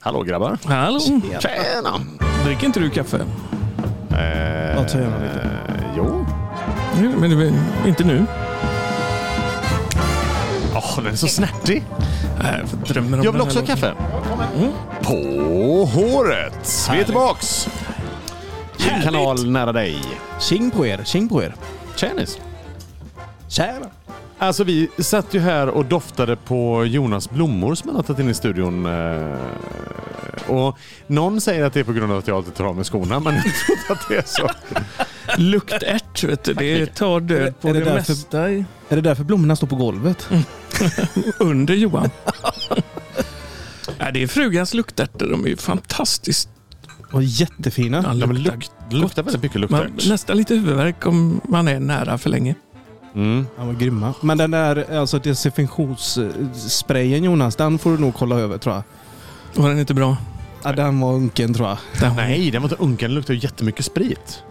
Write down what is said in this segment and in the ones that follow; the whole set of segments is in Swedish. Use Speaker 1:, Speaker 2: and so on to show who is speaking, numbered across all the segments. Speaker 1: Hallå grabbar.
Speaker 2: Hallå!
Speaker 1: Tjena.
Speaker 2: Dricker inte du kaffe?
Speaker 1: Eh,
Speaker 3: Ja, tjena lite.
Speaker 1: eh, jo.
Speaker 2: Jo, Men det, inte nu.
Speaker 1: Åh, den är så snärtig.
Speaker 2: Nej, jag drömmer om
Speaker 1: Jag vill
Speaker 2: den
Speaker 1: också ha
Speaker 2: här låten. Mm.
Speaker 1: kaffe. På håret. Vi är tillbaks. I en kanal nära dig.
Speaker 3: Tjing på er, tjing på er.
Speaker 1: Tjenis.
Speaker 3: Tjena!
Speaker 1: Alltså vi satt ju här och doftade på Jonas blommor som han har tagit in i studion. eh, Och någon säger att det är på grund av att jag alltid tar av mig skorna, men jag tror inte att det är så.
Speaker 2: Luktärt, vet du. Det tar död på
Speaker 3: Är
Speaker 2: det,
Speaker 3: det därför-
Speaker 2: mesta i-
Speaker 3: Är det därför blommorna står på golvet?
Speaker 2: under Johan. Nej, det är frugans luktärtor. De är ju fantastiskt.
Speaker 3: Och jättefina.
Speaker 2: Ja,
Speaker 1: De
Speaker 2: luktar-
Speaker 1: luk- luktar väldigt mycket
Speaker 2: Man,
Speaker 1: luktärt.
Speaker 2: nästan lite huvudvärk om man är nära för länge.
Speaker 1: Mm.
Speaker 3: Ja, vad grymma. Men den där alltså, desinfektionssprayen Jonas, den får du nog kolla över tror jag.
Speaker 2: Var den inte bra?
Speaker 3: Ja, den var unken tror jag.
Speaker 2: Den-
Speaker 1: Nej, den var inte unken. Den luktar ju jättemycket sprit.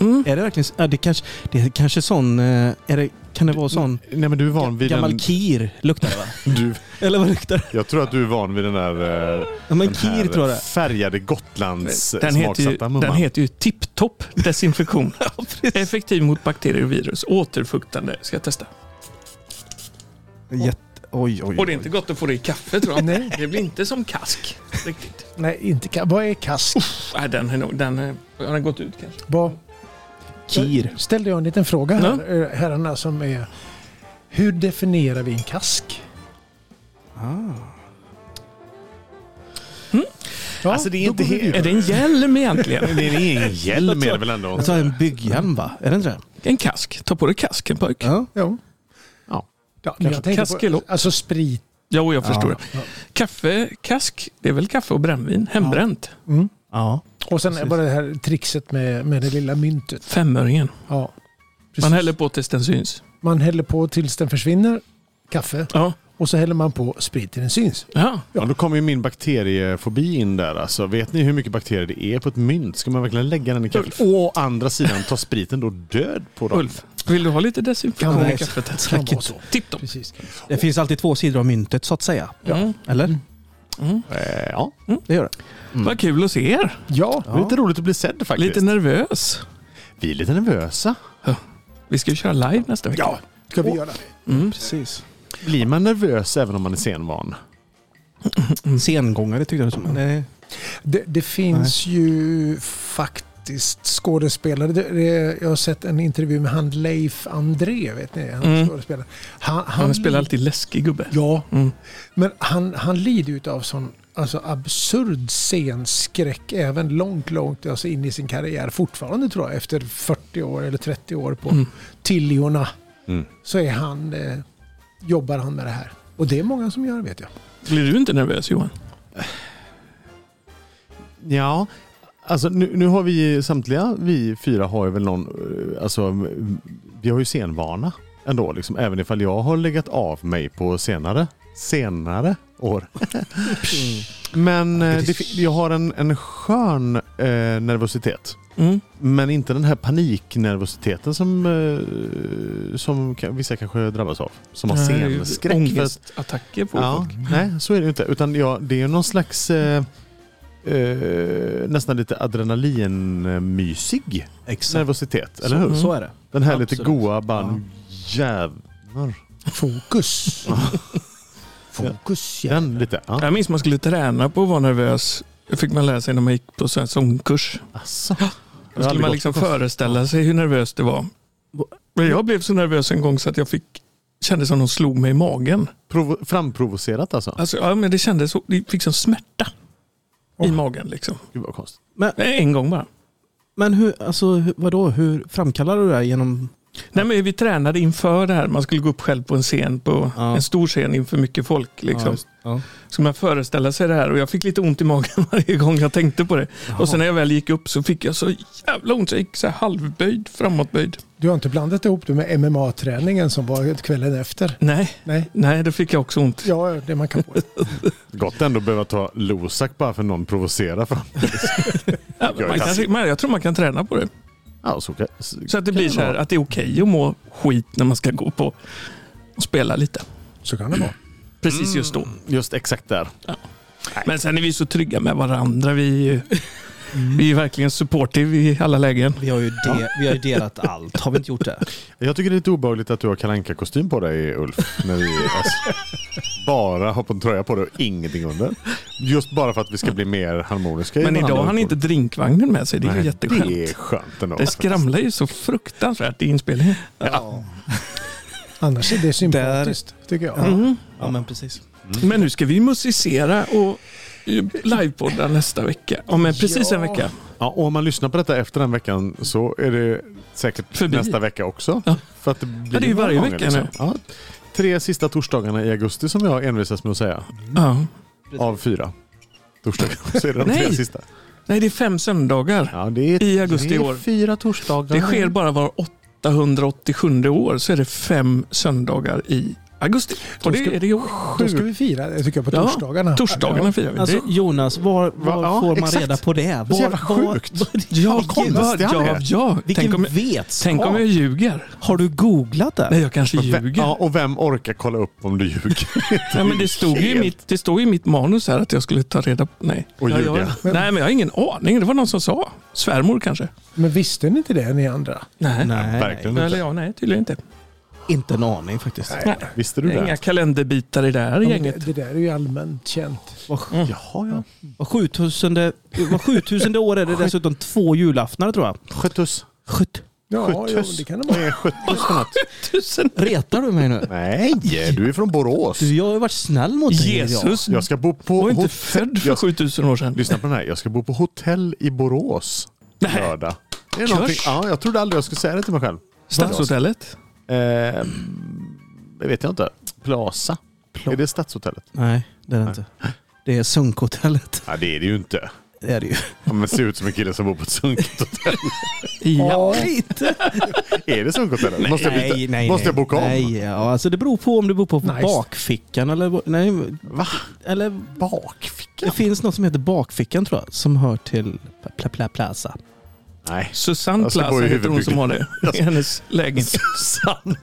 Speaker 2: Mm.
Speaker 3: Är det verkligen ja, det, kanske, det är kanske sån... eh, Är det, kan det vara sån?
Speaker 1: Nej, men du är van vid
Speaker 3: Gammal
Speaker 1: den...
Speaker 3: kir luktar det va?
Speaker 1: Du,
Speaker 3: Eller vad luktar det?
Speaker 1: jag tror att du är van vid den där... eh,
Speaker 3: Ja, men
Speaker 1: Den här
Speaker 3: kir tror jag det är.
Speaker 1: färgade Gotlands
Speaker 2: Den heter ju,
Speaker 1: smaksatta
Speaker 2: den
Speaker 1: mumman.
Speaker 2: heter ju tipptopp desinfektion. Effektiv mot bakterier och virus. Återfuktande. Ska jag testa.
Speaker 3: Jätte... Oj, oj,
Speaker 2: Och det är
Speaker 3: oj.
Speaker 2: inte gott att få det i kaffe tror jag. Nej. Det blir inte som kask. Riktigt.
Speaker 4: Nej, inte ka- Vad är kast?
Speaker 2: Nej, den är nog... Den är, har den gått ut kanske?
Speaker 4: Vad-
Speaker 3: Kir.
Speaker 4: Ställde jag en liten fråga här,
Speaker 2: Ja.
Speaker 4: eh, herrarna som är... Hur definierar vi en kask? Mm.
Speaker 3: Ah.
Speaker 4: Ja,
Speaker 1: Alltså, det är
Speaker 4: då
Speaker 1: inte
Speaker 4: går vi
Speaker 1: helt-
Speaker 4: vidare.
Speaker 2: Är det en hjälm egentligen?
Speaker 1: Det är ingen hjälm är det väl ändå?
Speaker 3: Jag tar en bygghjälm va? Är det inte det?
Speaker 2: En kask. Ta på dig kask, en pojk.
Speaker 3: Ja.
Speaker 4: Jo.
Speaker 1: Ja.
Speaker 4: ja men jag
Speaker 2: Kask är
Speaker 4: tänker på,
Speaker 2: lågt.
Speaker 4: alltså sprit.
Speaker 2: Jo, jag förstår
Speaker 4: Ja.
Speaker 2: det. Kaffe, kask, det är väl kaffe och brännvin. Hembränt.
Speaker 4: Mm.
Speaker 3: ja.
Speaker 4: Och sen
Speaker 3: Precis.
Speaker 4: bara det här trixet med, med det lilla myntet.
Speaker 2: Femöringen.
Speaker 4: Ja. Precis.
Speaker 2: Man häller på tills den syns.
Speaker 4: man häller på tills den försvinner, kaffe.
Speaker 2: Ja.
Speaker 4: Och så häller man på sprit till den syns.
Speaker 2: ja.
Speaker 1: Ja, då kommer ju min bakteriefobi in där. Alltså, vet ni hur mycket bakterier det är på ett mynt? Ska man verkligen lägga den i kaffet?
Speaker 2: Ulf.
Speaker 1: Å andra sidan tar spriten då död på dem.
Speaker 2: Ulf, vill du ha lite desinfektion
Speaker 4: Kan
Speaker 2: i
Speaker 4: vara så.
Speaker 2: kaffet?
Speaker 4: Kan vara så.
Speaker 2: Tipptopp.
Speaker 4: Precis.
Speaker 3: Det finns alltid två sidor av myntet så att säga.
Speaker 2: Ja. Mm.
Speaker 3: Eller?
Speaker 1: Eh, ja.
Speaker 3: Det gör det.
Speaker 2: Mm. Vad kul att se er.
Speaker 4: Ja,
Speaker 1: Det är lite roligt att bli sedd faktiskt.
Speaker 2: Lite nervös.
Speaker 1: Vi är lite nervösa.
Speaker 2: Vi ska ju köra live nästa vecka.
Speaker 4: ja. Ska vi göra det?
Speaker 2: Mm.
Speaker 3: Precis.
Speaker 1: Blir man nervös även om man är senvan?
Speaker 3: Sengångare tyckte jag det som. Nej.
Speaker 4: Det, det finns ju faktiskt skådespelare. Det, det, jag har sett en intervju med han Leif André, vet ni? Han,
Speaker 2: Mm.
Speaker 4: skådespelare. han,
Speaker 2: Han spelar alltid läskig gubbe.
Speaker 4: Ja,
Speaker 2: Mm.
Speaker 4: men han, han lider ju av sån alltså, absurd scenskräck även långt, långt alltså, in i sin karriär fortfarande tror jag. Efter 40 år eller 30 år på
Speaker 2: Mm.
Speaker 4: Tillihorna
Speaker 1: Mm.
Speaker 4: så är han, eh, jobbar han med det här. Och det är många som gör vet jag.
Speaker 2: Blir du inte nervös Johan?
Speaker 1: Ja, alltså nu, nu har vi ju- samtliga vi fyra har ju väl någon, eh, alltså m- vi har ju scenvana ändå liksom, även ifall jag har legat av mig på senare, senare år. Men eh, det, fi- jag har en, en skön eh, nervositet.
Speaker 2: Mm.
Speaker 1: Men inte den här paniknervositeten som, eh, som ka- vissa kanske drabbas av. Som har
Speaker 2: Det här är ju
Speaker 1: scenskräck. för att-
Speaker 2: Ångestattacker på
Speaker 1: Ja,
Speaker 2: folk.
Speaker 1: nej, så är det ju inte. Utan ja, det är ju någon slags eh, eh, nästan lite adrenalinmysig
Speaker 3: Exakt.
Speaker 1: nervositet, eller hur?
Speaker 3: Så är det.
Speaker 1: Den här lite
Speaker 3: Absolut.
Speaker 1: goa band jävlar.
Speaker 4: Fokus. Fokus. Ja.
Speaker 1: Den lite, ja.
Speaker 2: Jag minns man skulle träna på att vara nervös. Det fick man lära sig när man gick på sån- sångkurs. Alltså.
Speaker 1: Asså.
Speaker 2: Då skulle man liksom föreställa sig hur nervös det var. Men jag blev så nervös en gång så att jag fick kände som de slog mig i magen.
Speaker 1: Provo- framprovocerat alltså?
Speaker 2: Alltså, ja, men det kändes så, det fick som smärta i magen. Liksom.
Speaker 1: Gud vad konstigt.
Speaker 2: Nej, En gång bara.
Speaker 3: Men hur, alltså hur- vadå, hur framkallar du det här genom...
Speaker 2: Nej, men vi tränade inför det här. Man skulle gå upp själv på en scen, på
Speaker 3: Ja.
Speaker 2: en stor scen inför mycket folk. Liksom.
Speaker 3: Ja.
Speaker 2: Så man föreställa sig det här och jag fick lite ont i magen varje gång jag tänkte på det. Och sen när jag väl gick upp så fick jag så jävla ont. så Jag gick så här halvböjd, framåtböjd.
Speaker 4: Du har inte blandat ihop det med MMA-träningen som var kvällen efter?
Speaker 2: Nej,
Speaker 4: Nej.
Speaker 2: nej, då fick jag också ont.
Speaker 4: Ja, det man kan få.
Speaker 1: Gott ändå att behöva ta Lozac bara för någon provocerar fram.
Speaker 2: Ja,
Speaker 1: Jag är
Speaker 2: man
Speaker 1: kass.
Speaker 2: kan, men jag tror man kan träna på det.
Speaker 1: Ja, så kan, så
Speaker 2: Så att det
Speaker 1: kan
Speaker 2: blir så här
Speaker 1: vara.
Speaker 2: att det är okej att må skit när man ska gå på och spela lite.
Speaker 4: Så kan det vara.
Speaker 2: Precis just då.
Speaker 1: Just Mm, exakt där.
Speaker 2: Ja. Men sen är vi så trygga med varandra. Vi är ju vi är verkligen supportive i alla lägen.
Speaker 3: Vi har, ju de, vi har ju delat allt, har vi inte gjort det?
Speaker 1: Jag tycker det är lite obehagligt att du har kalanka kostym på dig Ulf. När vi alltså, bara har på en tröja på dig och ingenting under. Just bara för att vi ska bli mer harmoniska. i
Speaker 2: Men
Speaker 1: våra
Speaker 2: idag har han inte
Speaker 1: handboll.
Speaker 2: drinkvagnen med sig. Det är ju
Speaker 1: Nej,
Speaker 2: jätteskönt.
Speaker 1: Det är skönt ändå.
Speaker 2: Det skramlar ju så fruktansvärt i inspelningen.
Speaker 3: Ja,
Speaker 4: Annars är det sympatiskt, tycker jag.
Speaker 2: Mm.
Speaker 3: ja men precis.
Speaker 2: Men nu ska vi musicera och eh, livepodda nästa vecka. Om en, precis en
Speaker 4: Ja.
Speaker 2: vecka.
Speaker 1: Ja, och om man lyssnar på detta efter den veckan så är det säkert
Speaker 2: Förbi.
Speaker 1: nästa vecka också.
Speaker 2: Ja.
Speaker 1: För att det, blir
Speaker 2: Ja, det är ju
Speaker 1: några
Speaker 2: varje
Speaker 1: gånger liksom.
Speaker 2: vecka nu.
Speaker 1: Ja, tre sista torsdagarna i augusti som jag envisas med att säga.
Speaker 2: Ja.
Speaker 1: Av fyra torsdagar så är det de tre
Speaker 2: Nej.
Speaker 1: sista.
Speaker 2: Nej, det är fem söndagar.
Speaker 1: Ja, det är,
Speaker 2: I augusti
Speaker 1: det är
Speaker 2: i år.
Speaker 1: fyra torsdagar.
Speaker 2: Det sker bara var 887 år så är det fem söndagar i augusti. Och det är det i år.
Speaker 4: Då ska vi fira det, tycker jag, på
Speaker 2: Ja,
Speaker 4: torsdagarna.
Speaker 2: Torsdagarna firar vi.
Speaker 3: Alltså
Speaker 2: det.
Speaker 3: Jonas, var, var
Speaker 1: Va- ja,
Speaker 3: får man
Speaker 1: exakt.
Speaker 3: reda på det?
Speaker 1: Det är så
Speaker 3: Var,
Speaker 1: jävla sjukt.
Speaker 2: Ja,
Speaker 1: konstigt
Speaker 2: ja,
Speaker 1: han
Speaker 2: ja,
Speaker 1: är.
Speaker 2: ja. Tänk
Speaker 3: Vilken
Speaker 2: om,
Speaker 3: vetskap!
Speaker 2: tänk om jag ljuger.
Speaker 3: Har du googlat det?
Speaker 2: Nej, jag kanske
Speaker 1: Och vem,
Speaker 2: ljuger.
Speaker 1: ja, och vem orkar kolla upp om du ljuger?
Speaker 2: Nej, men det, stod ju i
Speaker 1: Helt.
Speaker 2: mitt, det stod ju i mitt manus här att jag skulle ta reda på... Nej.
Speaker 1: Och
Speaker 2: Ja,
Speaker 1: ljuga.
Speaker 2: jag, nej, men jag har ingen aning. Det var någon som sa. Svärmor kanske?
Speaker 4: Men visste ni inte det, ni andra?
Speaker 2: Nej.
Speaker 3: nej,
Speaker 1: verkligen.
Speaker 2: Eller ja, nej, tydligen inte.
Speaker 3: Inte en aning faktiskt.
Speaker 2: Nej.
Speaker 1: Visste du
Speaker 2: Det är
Speaker 1: det?
Speaker 2: inga kalenderbitar i det här
Speaker 4: Ja, men
Speaker 2: gänget.
Speaker 4: Det, det där är ju allmänt känt.
Speaker 1: Mm. Jaha, ja.
Speaker 3: Var 7000, var 7000 år är det dessutom två julaftnar tror jag.
Speaker 1: Skötus.
Speaker 3: Sjutt.
Speaker 4: Ja, jo,
Speaker 1: Skötus.
Speaker 4: det kan det
Speaker 1: Vad
Speaker 4: vara.
Speaker 1: är skötus för något?
Speaker 2: Tusen.
Speaker 3: Retar du mig nu?
Speaker 1: Nej, du är från Borås.
Speaker 3: Du, jag har ju varit snäll mot dig. idag.
Speaker 2: Jesus
Speaker 1: Jag ska bo på
Speaker 2: var inte
Speaker 1: hotell-
Speaker 2: född för
Speaker 1: Jag-
Speaker 2: 7000 år sedan.
Speaker 1: Lyssna på den här. Jag ska bo på hotell i Borås
Speaker 2: Nej,
Speaker 1: lördag. Det är någonting- ja, jag trodde aldrig jag skulle säga det till mig själv.
Speaker 2: Stadshotellet.
Speaker 1: Eh, det vet jag inte. Plaza.
Speaker 3: Pla-
Speaker 1: Är det Stadshotellet?
Speaker 3: Nej, det är det
Speaker 1: Nej.
Speaker 3: inte. Det är sunkhotellet.
Speaker 1: Nej, det är det ju inte.
Speaker 3: Det är det ju.
Speaker 1: Ja, men ser ut som en kille som bor på ett sunkhotell.
Speaker 2: Ja.
Speaker 4: Ja,
Speaker 3: Lite.
Speaker 1: är det sunkhotell? Måste jag, byta? Måste jag boka om?
Speaker 3: Nej, ja, alltså det beror på om du bor på
Speaker 4: Nice.
Speaker 3: bakfickan eller... Nej,
Speaker 1: Va?
Speaker 3: eller
Speaker 1: Bakficka?
Speaker 3: det finns något som heter bakfickan tror jag, som hör till pla, pla, plaza.
Speaker 1: Nej.
Speaker 2: Susanne
Speaker 1: Jag ska bo
Speaker 2: Plaza
Speaker 1: i
Speaker 2: heter hon som har det.
Speaker 1: Jag
Speaker 2: I hennes lägenhet.
Speaker 1: Susanne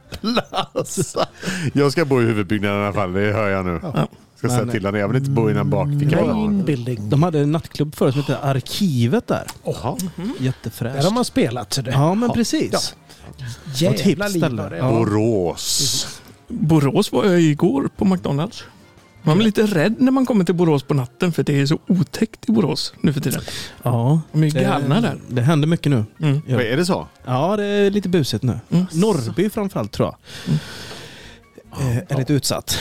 Speaker 1: Plaza. Jag ska bo i huvudbyggnaden i alla fall. Det hör jag nu.
Speaker 4: Ja.
Speaker 1: Ska säga
Speaker 3: Men-
Speaker 1: till henne. Jag vill inte bo i någon bakficka.
Speaker 4: Rain building.
Speaker 3: De hade en nattklubb förut som hette Arkivet där.
Speaker 1: Jaha.
Speaker 4: Mm. Där
Speaker 3: Jättefräscht.
Speaker 4: har man spelat. Så det.
Speaker 3: Ja, men precis.
Speaker 4: Ja. Jävla
Speaker 3: hippt
Speaker 4: liv
Speaker 3: ställe.
Speaker 4: var det.
Speaker 3: Ja.
Speaker 1: Borås.
Speaker 2: Borås var jag igår på McDonalds. Man blir lite rädd när man kommer till Borås på natten för det är så otäckt i Borås nu för tiden.
Speaker 3: Ja.
Speaker 2: De är ju
Speaker 1: Eh,
Speaker 2: galna där.
Speaker 3: Det händer mycket nu.
Speaker 2: Mm.
Speaker 3: Ja.
Speaker 1: Vad Är det så?
Speaker 3: Ja, det är lite busigt nu.
Speaker 2: Mm.
Speaker 3: Norrby framförallt tror jag. Eh, är lite utsatt.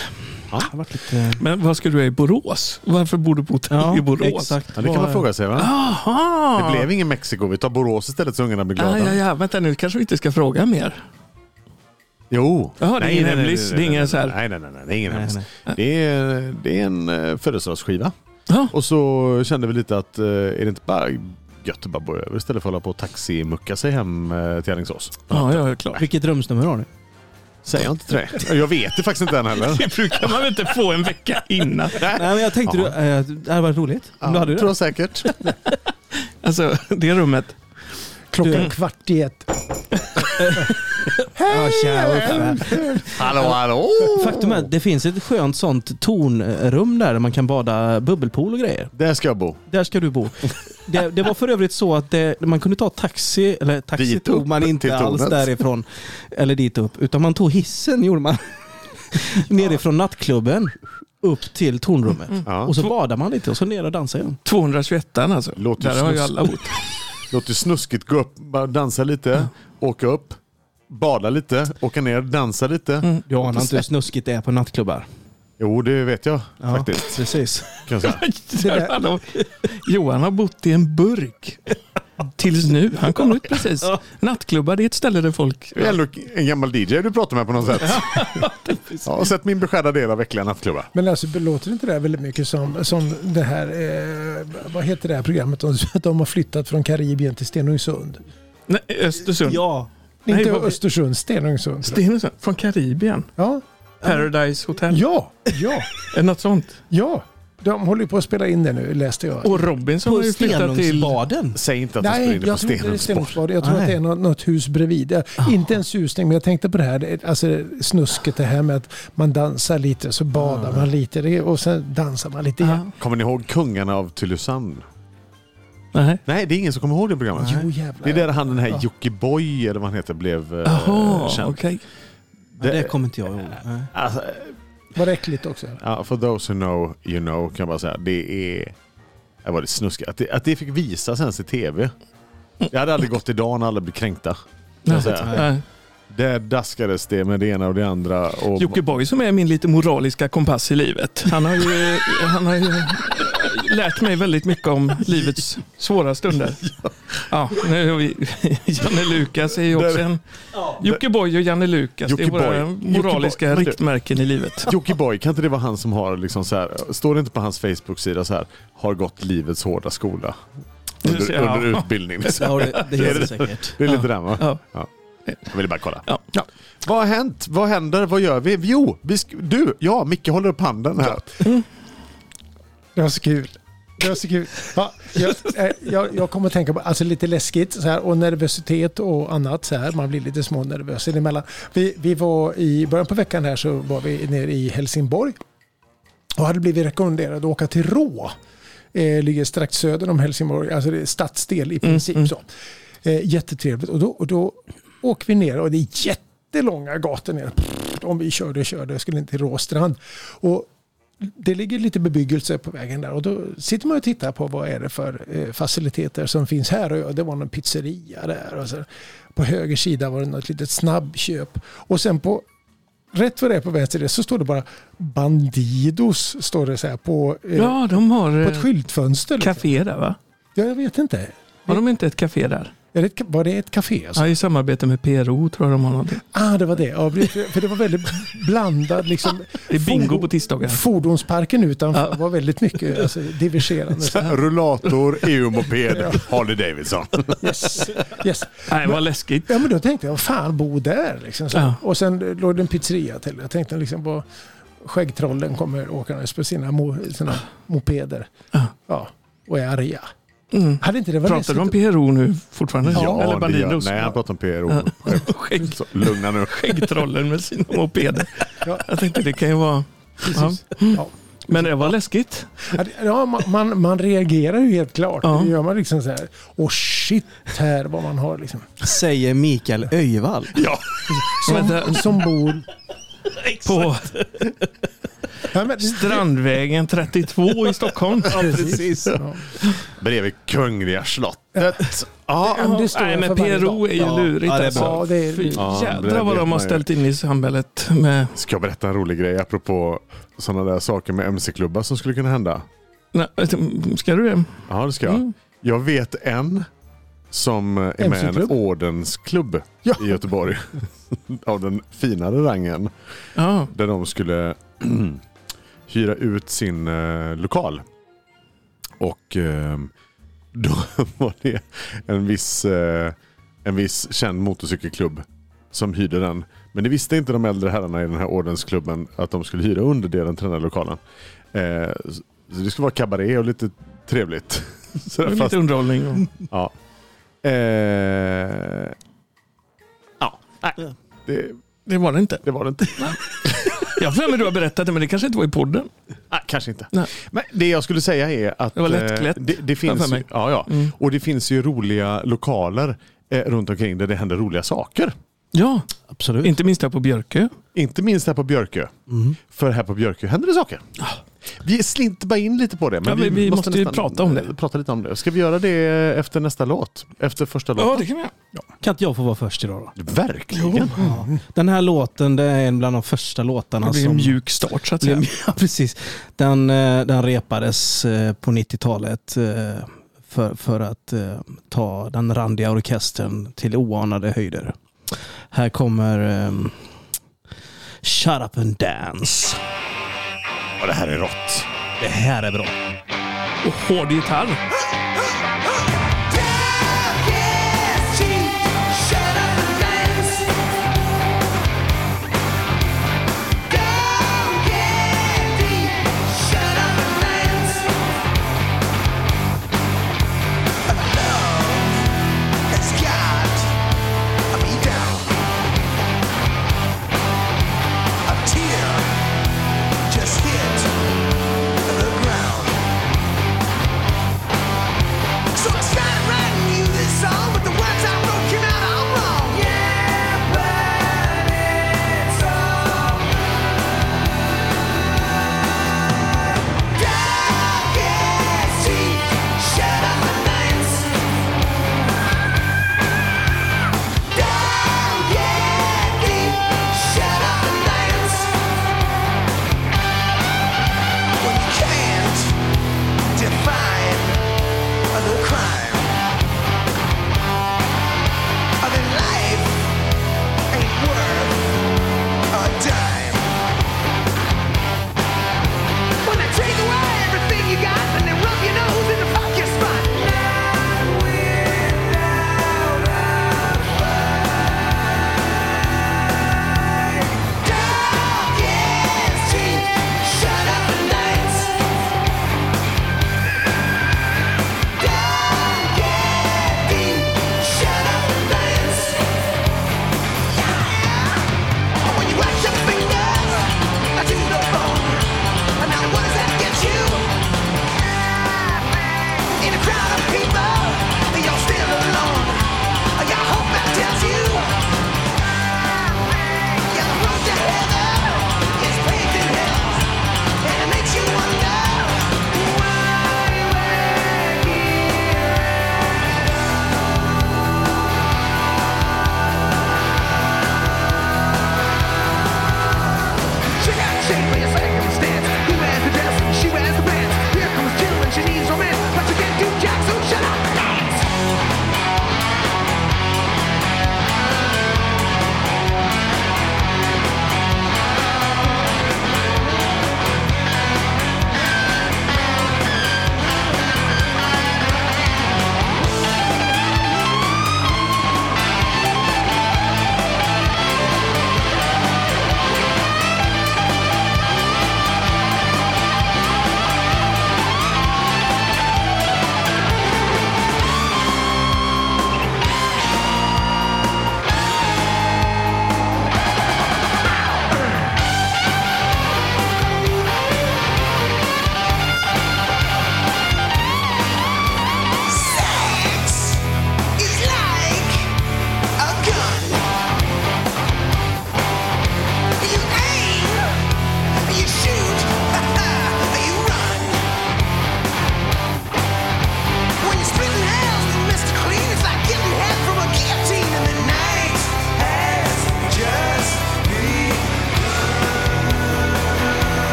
Speaker 1: Ja.
Speaker 3: Det har varit lite...
Speaker 2: Men vad ska du göra i Borås? Varför bor du på hotell i Borås?
Speaker 3: Exakt.
Speaker 1: Ja, det kan man fråga sig. Va?
Speaker 2: Aha!
Speaker 1: Det blev ingen Mexiko. Vi tar Borås istället så ungarna blir glada.
Speaker 2: Ah. Ja, ja, ja. Vänta nu, kanske vi inte ska fråga mer.
Speaker 1: Jo.
Speaker 2: Jaha, det är ingen hemlis. Det är ingen så här-
Speaker 1: Nej, nej, nej, nej, det är ingen
Speaker 3: Nej,
Speaker 1: hemlis.
Speaker 3: nej.
Speaker 1: Det är, det är en eh, födelsedagsskiva.
Speaker 2: Ja.
Speaker 1: Och så kände vi lite att eh, är det inte bara gött att bara bo över istället för att hålla på och taximucka sig hem eh, till Alingsås?
Speaker 2: Ja, ja, klart.
Speaker 3: Vilket rumsnummer har ni?
Speaker 1: Säger jag inte till dig? Jag vet det faktiskt inte än heller.
Speaker 2: Det brukar man väl inte få en vecka innan?
Speaker 3: Nej, men jag tänkte du,
Speaker 1: Ja.
Speaker 3: eh, det hade varit roligt om du
Speaker 1: Ja,
Speaker 3: hade
Speaker 1: tror
Speaker 3: det.
Speaker 1: jag säkert.
Speaker 2: Alltså, det rummet.
Speaker 4: Klockan
Speaker 3: Du-
Speaker 4: kvart i ett.
Speaker 3: Ja, tja, uppe.
Speaker 1: Hallå, hallå!
Speaker 3: Faktum är att det finns ett skönt sånt tornrum där, där man kan bada bubbelpool och grejer.
Speaker 1: Där ska jag bo.
Speaker 3: Där ska du bo. Det, det var för övrigt så att det, man kunde ta taxi, eller taxi
Speaker 1: Dit upp
Speaker 3: tog man
Speaker 1: till
Speaker 3: inte alls
Speaker 1: tornet.
Speaker 3: därifrån. Eller dit upp, utan man tog hissen gjorde man. Nerifrån nattklubben upp till tornrummet.
Speaker 1: Mm. Ja.
Speaker 3: Och så badar man lite och så ner och dansar igen.
Speaker 2: 221 alltså.
Speaker 1: Låter
Speaker 2: Där har ju
Speaker 1: snusk.
Speaker 2: alla bott.
Speaker 1: Låter snuskigt. Gå upp, bara dansa lite, åka upp, bada lite, åka ner, dansa lite.
Speaker 3: Du anar inte hur snuskigt det är på nattklubbar.
Speaker 1: Jo, det vet jag
Speaker 3: Ja,
Speaker 1: faktiskt.
Speaker 3: Precis.
Speaker 1: Kan jag säga.
Speaker 2: Där alla- Johan har bott i en burk. Tills nu. Han kom ut precis. Nattklubbar, det är ett ställe där folk...
Speaker 1: Det är ändå en gammal DJ du pratar med på något sätt. ja, och sett min beskärda del av äckliga nattklubbar.
Speaker 4: Men alltså låter inte det här väldigt mycket som, som det här, eh, vad heter det här programmet? De, de har flyttat från Karibien till Stenungsund.
Speaker 2: Nej, Östersund.
Speaker 3: Ja.
Speaker 2: Nej,
Speaker 4: inte
Speaker 2: vad-
Speaker 4: Östersund, Stenungsund.
Speaker 2: Stenungsund. Från Karibien.
Speaker 4: ja,
Speaker 2: Paradise Hotel.
Speaker 4: ja, ja,
Speaker 2: Är det Något sånt.
Speaker 4: ja. De håller ju på att spela in det nu, läste jag.
Speaker 2: Och Robinson har
Speaker 3: På
Speaker 2: ju flyttat till...
Speaker 3: Stenungsbaden.
Speaker 1: Säg inte att de
Speaker 4: Nej,
Speaker 1: springer på
Speaker 4: jag tror inte det
Speaker 1: Stenungsborg.
Speaker 4: är Stenungsbad. Jag tror
Speaker 3: Nej.
Speaker 4: att det är något, något hus bredvid. Jag, Inte en susning, men jag tänkte på det här det- alltså, snusket, det här med att man dansar lite, så badar man lite det- och sen dansar man
Speaker 2: Ah.
Speaker 4: lite igen.
Speaker 3: Ja.
Speaker 1: Kommer ni ihåg Kungarna av Tylösand?
Speaker 2: Nej.
Speaker 1: Nej, det är ingen som kommer ihåg det programmet.
Speaker 4: Jo, jävlar.
Speaker 1: Det är där han den här
Speaker 4: Ja.
Speaker 1: Jockiboi, eller vad han heter, blev eh,
Speaker 2: Jaha, okej.
Speaker 1: känd.
Speaker 3: Det,
Speaker 1: Det-
Speaker 3: kommer inte jag ihåg. Nej.
Speaker 1: Alltså,
Speaker 4: Var det äckligt också?
Speaker 1: ja, for those who know, you know, kan jag bara säga. Det är... Det var lite snuskigt. Att det, att det fick visas ens i tv. Jag hade aldrig gått idag när alla blev kränkta. kan jag säga.
Speaker 2: Nej.
Speaker 1: Där daskades det med det ena och det andra. Och
Speaker 2: Jocke Boy som är min lite moraliska kompass i livet. Han har ju, han har ju lärt mig väldigt mycket om livets svåra stunder. Ja, nu har vi Janne Lukas är ju också en... Jocke Boy och Janne Lukas det är
Speaker 1: Jocke
Speaker 2: våra
Speaker 1: Boy. Jocke Boy.
Speaker 2: moraliska
Speaker 1: Men du-
Speaker 2: riktmärken i livet.
Speaker 1: Jockiboi, kan inte det vara han som har liksom så här, står det inte på hans Facebook-sida så här, har gått livets hårda skola
Speaker 2: Du
Speaker 1: under,
Speaker 2: ser, ja.
Speaker 1: under utbildning. Liksom.
Speaker 3: Ja, det, det
Speaker 1: Det är
Speaker 3: gör
Speaker 1: det.
Speaker 3: det säkert.
Speaker 1: Det är lite den va?
Speaker 2: Ja.
Speaker 1: Jag ville bara kolla.
Speaker 2: Ja. Ja.
Speaker 1: Vad har hänt? Vad händer? Vad gör vi? Jo, vi sk- du, ja, Micke håller upp handen här.
Speaker 4: Det var så kul. Det var så kul. Ja, jag, eh, jag, jag kommer att tänka på alltså lite läskigt så här, och nervositet och annat. Så här, man blir lite små nervös emellan. Vi, vi var i början på veckan här så var vi nere i Helsingborg och hade blivit rekommenderade att åka till Rå. Eh, ligger strax söder om Helsingborg, alltså det är stadsdel i princip. Så. Eh, jättetrevligt och då, och då åker vi ner och det är jättelånga gator ner. Pff, Om vi körde och körde, jag skulle inte till Råstrand. Och det ligger lite bebyggelse på vägen där och då sitter man och tittar på vad är det för eh, faciliteter som finns här. Och ja, det var någon pizzeria där och så. På höger sida var det något litet snabbköp. Och sen på rätt vad det är på vänster sida så står det bara Bandidos står det så här på, eh,
Speaker 2: ja, de har
Speaker 4: på
Speaker 2: eh,
Speaker 4: ett skyltfönster. Liksom.
Speaker 2: café där va?
Speaker 4: Ja, jag vet inte.
Speaker 2: Har de inte ett café där?
Speaker 4: Är det ett, var det ett café? Alltså?
Speaker 2: Ja, I samarbete med PRO tror jag de har någonting.
Speaker 4: Ah, det var det. Ja, för det var väldigt blandad. Liksom,
Speaker 2: Det är bingo
Speaker 4: Fordon-
Speaker 2: på tisdagar.
Speaker 4: Fordonsparken utanför var väldigt mycket alltså, diverserande.
Speaker 1: Så här, Rullator, EU-moped, Harley Davidson.
Speaker 4: Yes. Yes.
Speaker 2: Nej, vad läskigt.
Speaker 4: Ja, men då tänkte jag, vad fan, bo där liksom. Så.
Speaker 2: Ja.
Speaker 4: Och sen eh, låg det en pizzeria till. Jag tänkte liksom vad skäggtrollen kommer åkandes på sina, mo- sina mopeder.
Speaker 2: Ah. Ja.
Speaker 4: Ja, och är arga.
Speaker 2: Mm.
Speaker 4: Hade inte det varit
Speaker 2: Pratar du om
Speaker 4: läskigt?
Speaker 2: PRO nu fortfarande?
Speaker 1: Ja,
Speaker 2: Eller
Speaker 1: det gör-
Speaker 2: Bandidos?
Speaker 1: Nej, han pratar om PRO.
Speaker 2: Skägg,
Speaker 1: Så, lugna nu.
Speaker 2: skäggtrollen med sina mopeder.
Speaker 4: Ja.
Speaker 2: Jag tänkte det kan ju vara... Ja.
Speaker 4: Precis. Ja.
Speaker 2: Men det var läskigt.
Speaker 4: Ja, det- Ja, man, man, man reagerar ju helt klart.
Speaker 2: Ja.
Speaker 4: Det gör man liksom så här. Åh shit här vad man har liksom.
Speaker 3: Säger Mikael Öjvall.
Speaker 1: Ja.
Speaker 4: Som,
Speaker 2: Vänta.
Speaker 4: som bor...
Speaker 2: På
Speaker 4: Ja, men,
Speaker 2: Strandvägen 32 i Stockholm.
Speaker 4: precis. Ja.
Speaker 1: Bredvid Kungliga slottet. Ja,
Speaker 4: men det står
Speaker 2: Nej,
Speaker 4: jag
Speaker 2: men
Speaker 4: för varje
Speaker 2: PRO är ju
Speaker 3: Ja,
Speaker 2: lurigt.
Speaker 3: ja, det är
Speaker 2: alltså.
Speaker 4: Ja, det
Speaker 2: Fy
Speaker 4: är,
Speaker 1: Ja, det
Speaker 2: jädrar
Speaker 1: vet
Speaker 2: vad de
Speaker 1: man
Speaker 2: har
Speaker 1: ju.
Speaker 2: ställt in i samhället med...
Speaker 1: Ska jag berätta en rolig grej apropå sådana där saker med mc-klubbar som skulle kunna hända?
Speaker 2: Nej, alltså, Ska du det?
Speaker 1: Ja, det ska jag.
Speaker 2: Mm.
Speaker 1: Jag vet en som är med i en
Speaker 4: MC-klubb?
Speaker 1: ordensklubb
Speaker 4: Ja.
Speaker 1: i Göteborg. Av den finare rangen.
Speaker 2: Ja.
Speaker 1: Där de skulle hyra ut sin eh, lokal. Och eh, då var det en viss, eh, en viss känd motorcykelklubb som hyrde den. Men det visste inte de äldre herrarna i den här ordensklubben att de skulle hyra underdelen till den här lokalen. Eh, så det skulle vara kabaré och lite trevligt. Så där,
Speaker 2: Lite
Speaker 1: fast-
Speaker 2: underhållning. och-
Speaker 1: Ja. Eh, ja, nej. Det,
Speaker 2: Det var det inte.
Speaker 1: det var det inte.
Speaker 2: Jag har för mig att du har berättat det, men det kanske inte var i podden.
Speaker 1: Nej, kanske inte.
Speaker 2: Nej.
Speaker 1: Men det jag skulle säga är att
Speaker 2: Det var lättklätt,
Speaker 1: eh, det, det
Speaker 2: jag
Speaker 1: finns,
Speaker 2: för mig.
Speaker 1: ja, ja.
Speaker 2: Mm.
Speaker 1: Och det finns ju roliga lokaler eh, runt omkring där det händer roliga saker.
Speaker 2: Ja,
Speaker 3: Absolut.
Speaker 2: inte minst här på Björkö.
Speaker 1: Inte minst här på Björkö.
Speaker 3: Mm.
Speaker 1: För här på Björkö händer det saker. Vi slinter bara in lite på det. Men
Speaker 2: Ah. Ja, vi- vi måste ju
Speaker 1: nästan, eh,
Speaker 2: prata om det.
Speaker 1: Prata lite om det. Ska vi göra det efter nästa låt? Efter första
Speaker 2: Ja,
Speaker 1: låten?
Speaker 2: det kan vi göra.
Speaker 3: Kan inte jag få vara först idag då?
Speaker 1: Verkligen.
Speaker 3: Ja. Den här låten det är en bland de första låtarna
Speaker 2: Det blir en
Speaker 3: som...
Speaker 2: mjuk start så att säga.
Speaker 3: Ja, precis. Den, eh, den repades eh, på 90-talet eh, för, för att eh, ta den randiga orkestern till oanade höjder. Här kommer eh, Shut Up and Dance.
Speaker 1: Ja, det här är rått.
Speaker 3: Det här är bra.
Speaker 2: Och hård gitarr.
Speaker 5: Shut up, man.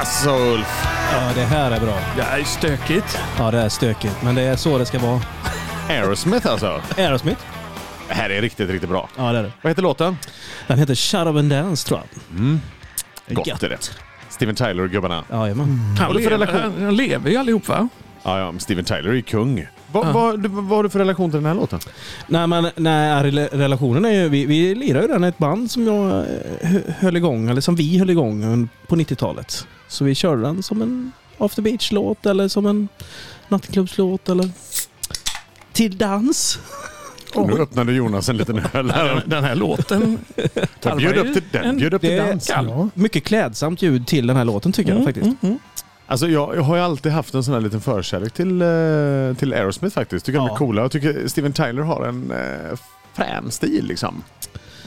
Speaker 1: Alltså Ulf.
Speaker 3: Ja, det här är bra.
Speaker 2: Det här är stökigt.
Speaker 3: Ja, det är stökigt. Men det är så det ska vara.
Speaker 1: Aerosmith alltså.
Speaker 3: Aerosmith.
Speaker 1: Det här är riktigt, riktigt bra.
Speaker 3: Ja, det är det.
Speaker 1: Vad heter låten?
Speaker 3: Den heter Shut Up and Dance tror jag.
Speaker 2: Mm.
Speaker 1: Gott
Speaker 3: Gött.
Speaker 1: är det. Steven Tyler och gubbarna.
Speaker 3: Jajamän.
Speaker 2: Han
Speaker 1: Vad är det för
Speaker 2: lever,
Speaker 1: relation?
Speaker 2: han- han lever ju allihop va?
Speaker 1: Ja, ja, men Steven Tyler är ju kung. Vad
Speaker 2: Ja.
Speaker 1: vad- du- vad har du för relation till den här låten?
Speaker 3: Nej, men nej, rela- relationen är ju... Vi, vi lirade ju den i ett band som jag eh, hö- höll igång, eller som vi höll igång un- på 90-talet. Så vi körde den som en after beach-låt eller som en nattklubbslåt eller... Till dans.
Speaker 1: Nu öppnade Jonas en liten öl här.
Speaker 2: Den här låten.
Speaker 1: Den bjöd upp till, den bjöd upp till
Speaker 3: det-
Speaker 1: dans.
Speaker 4: Ja.
Speaker 3: Mycket klädsamt ljud till den här låten tycker
Speaker 2: mm,
Speaker 3: jag faktiskt.
Speaker 1: Alltså jag, jag har ju alltid haft en sån här liten förkärlek till, eh, till Aerosmith faktiskt. Tycker de är
Speaker 3: Ja.
Speaker 1: coola. Jag tycker Steven Tyler har en eh, frän stil liksom.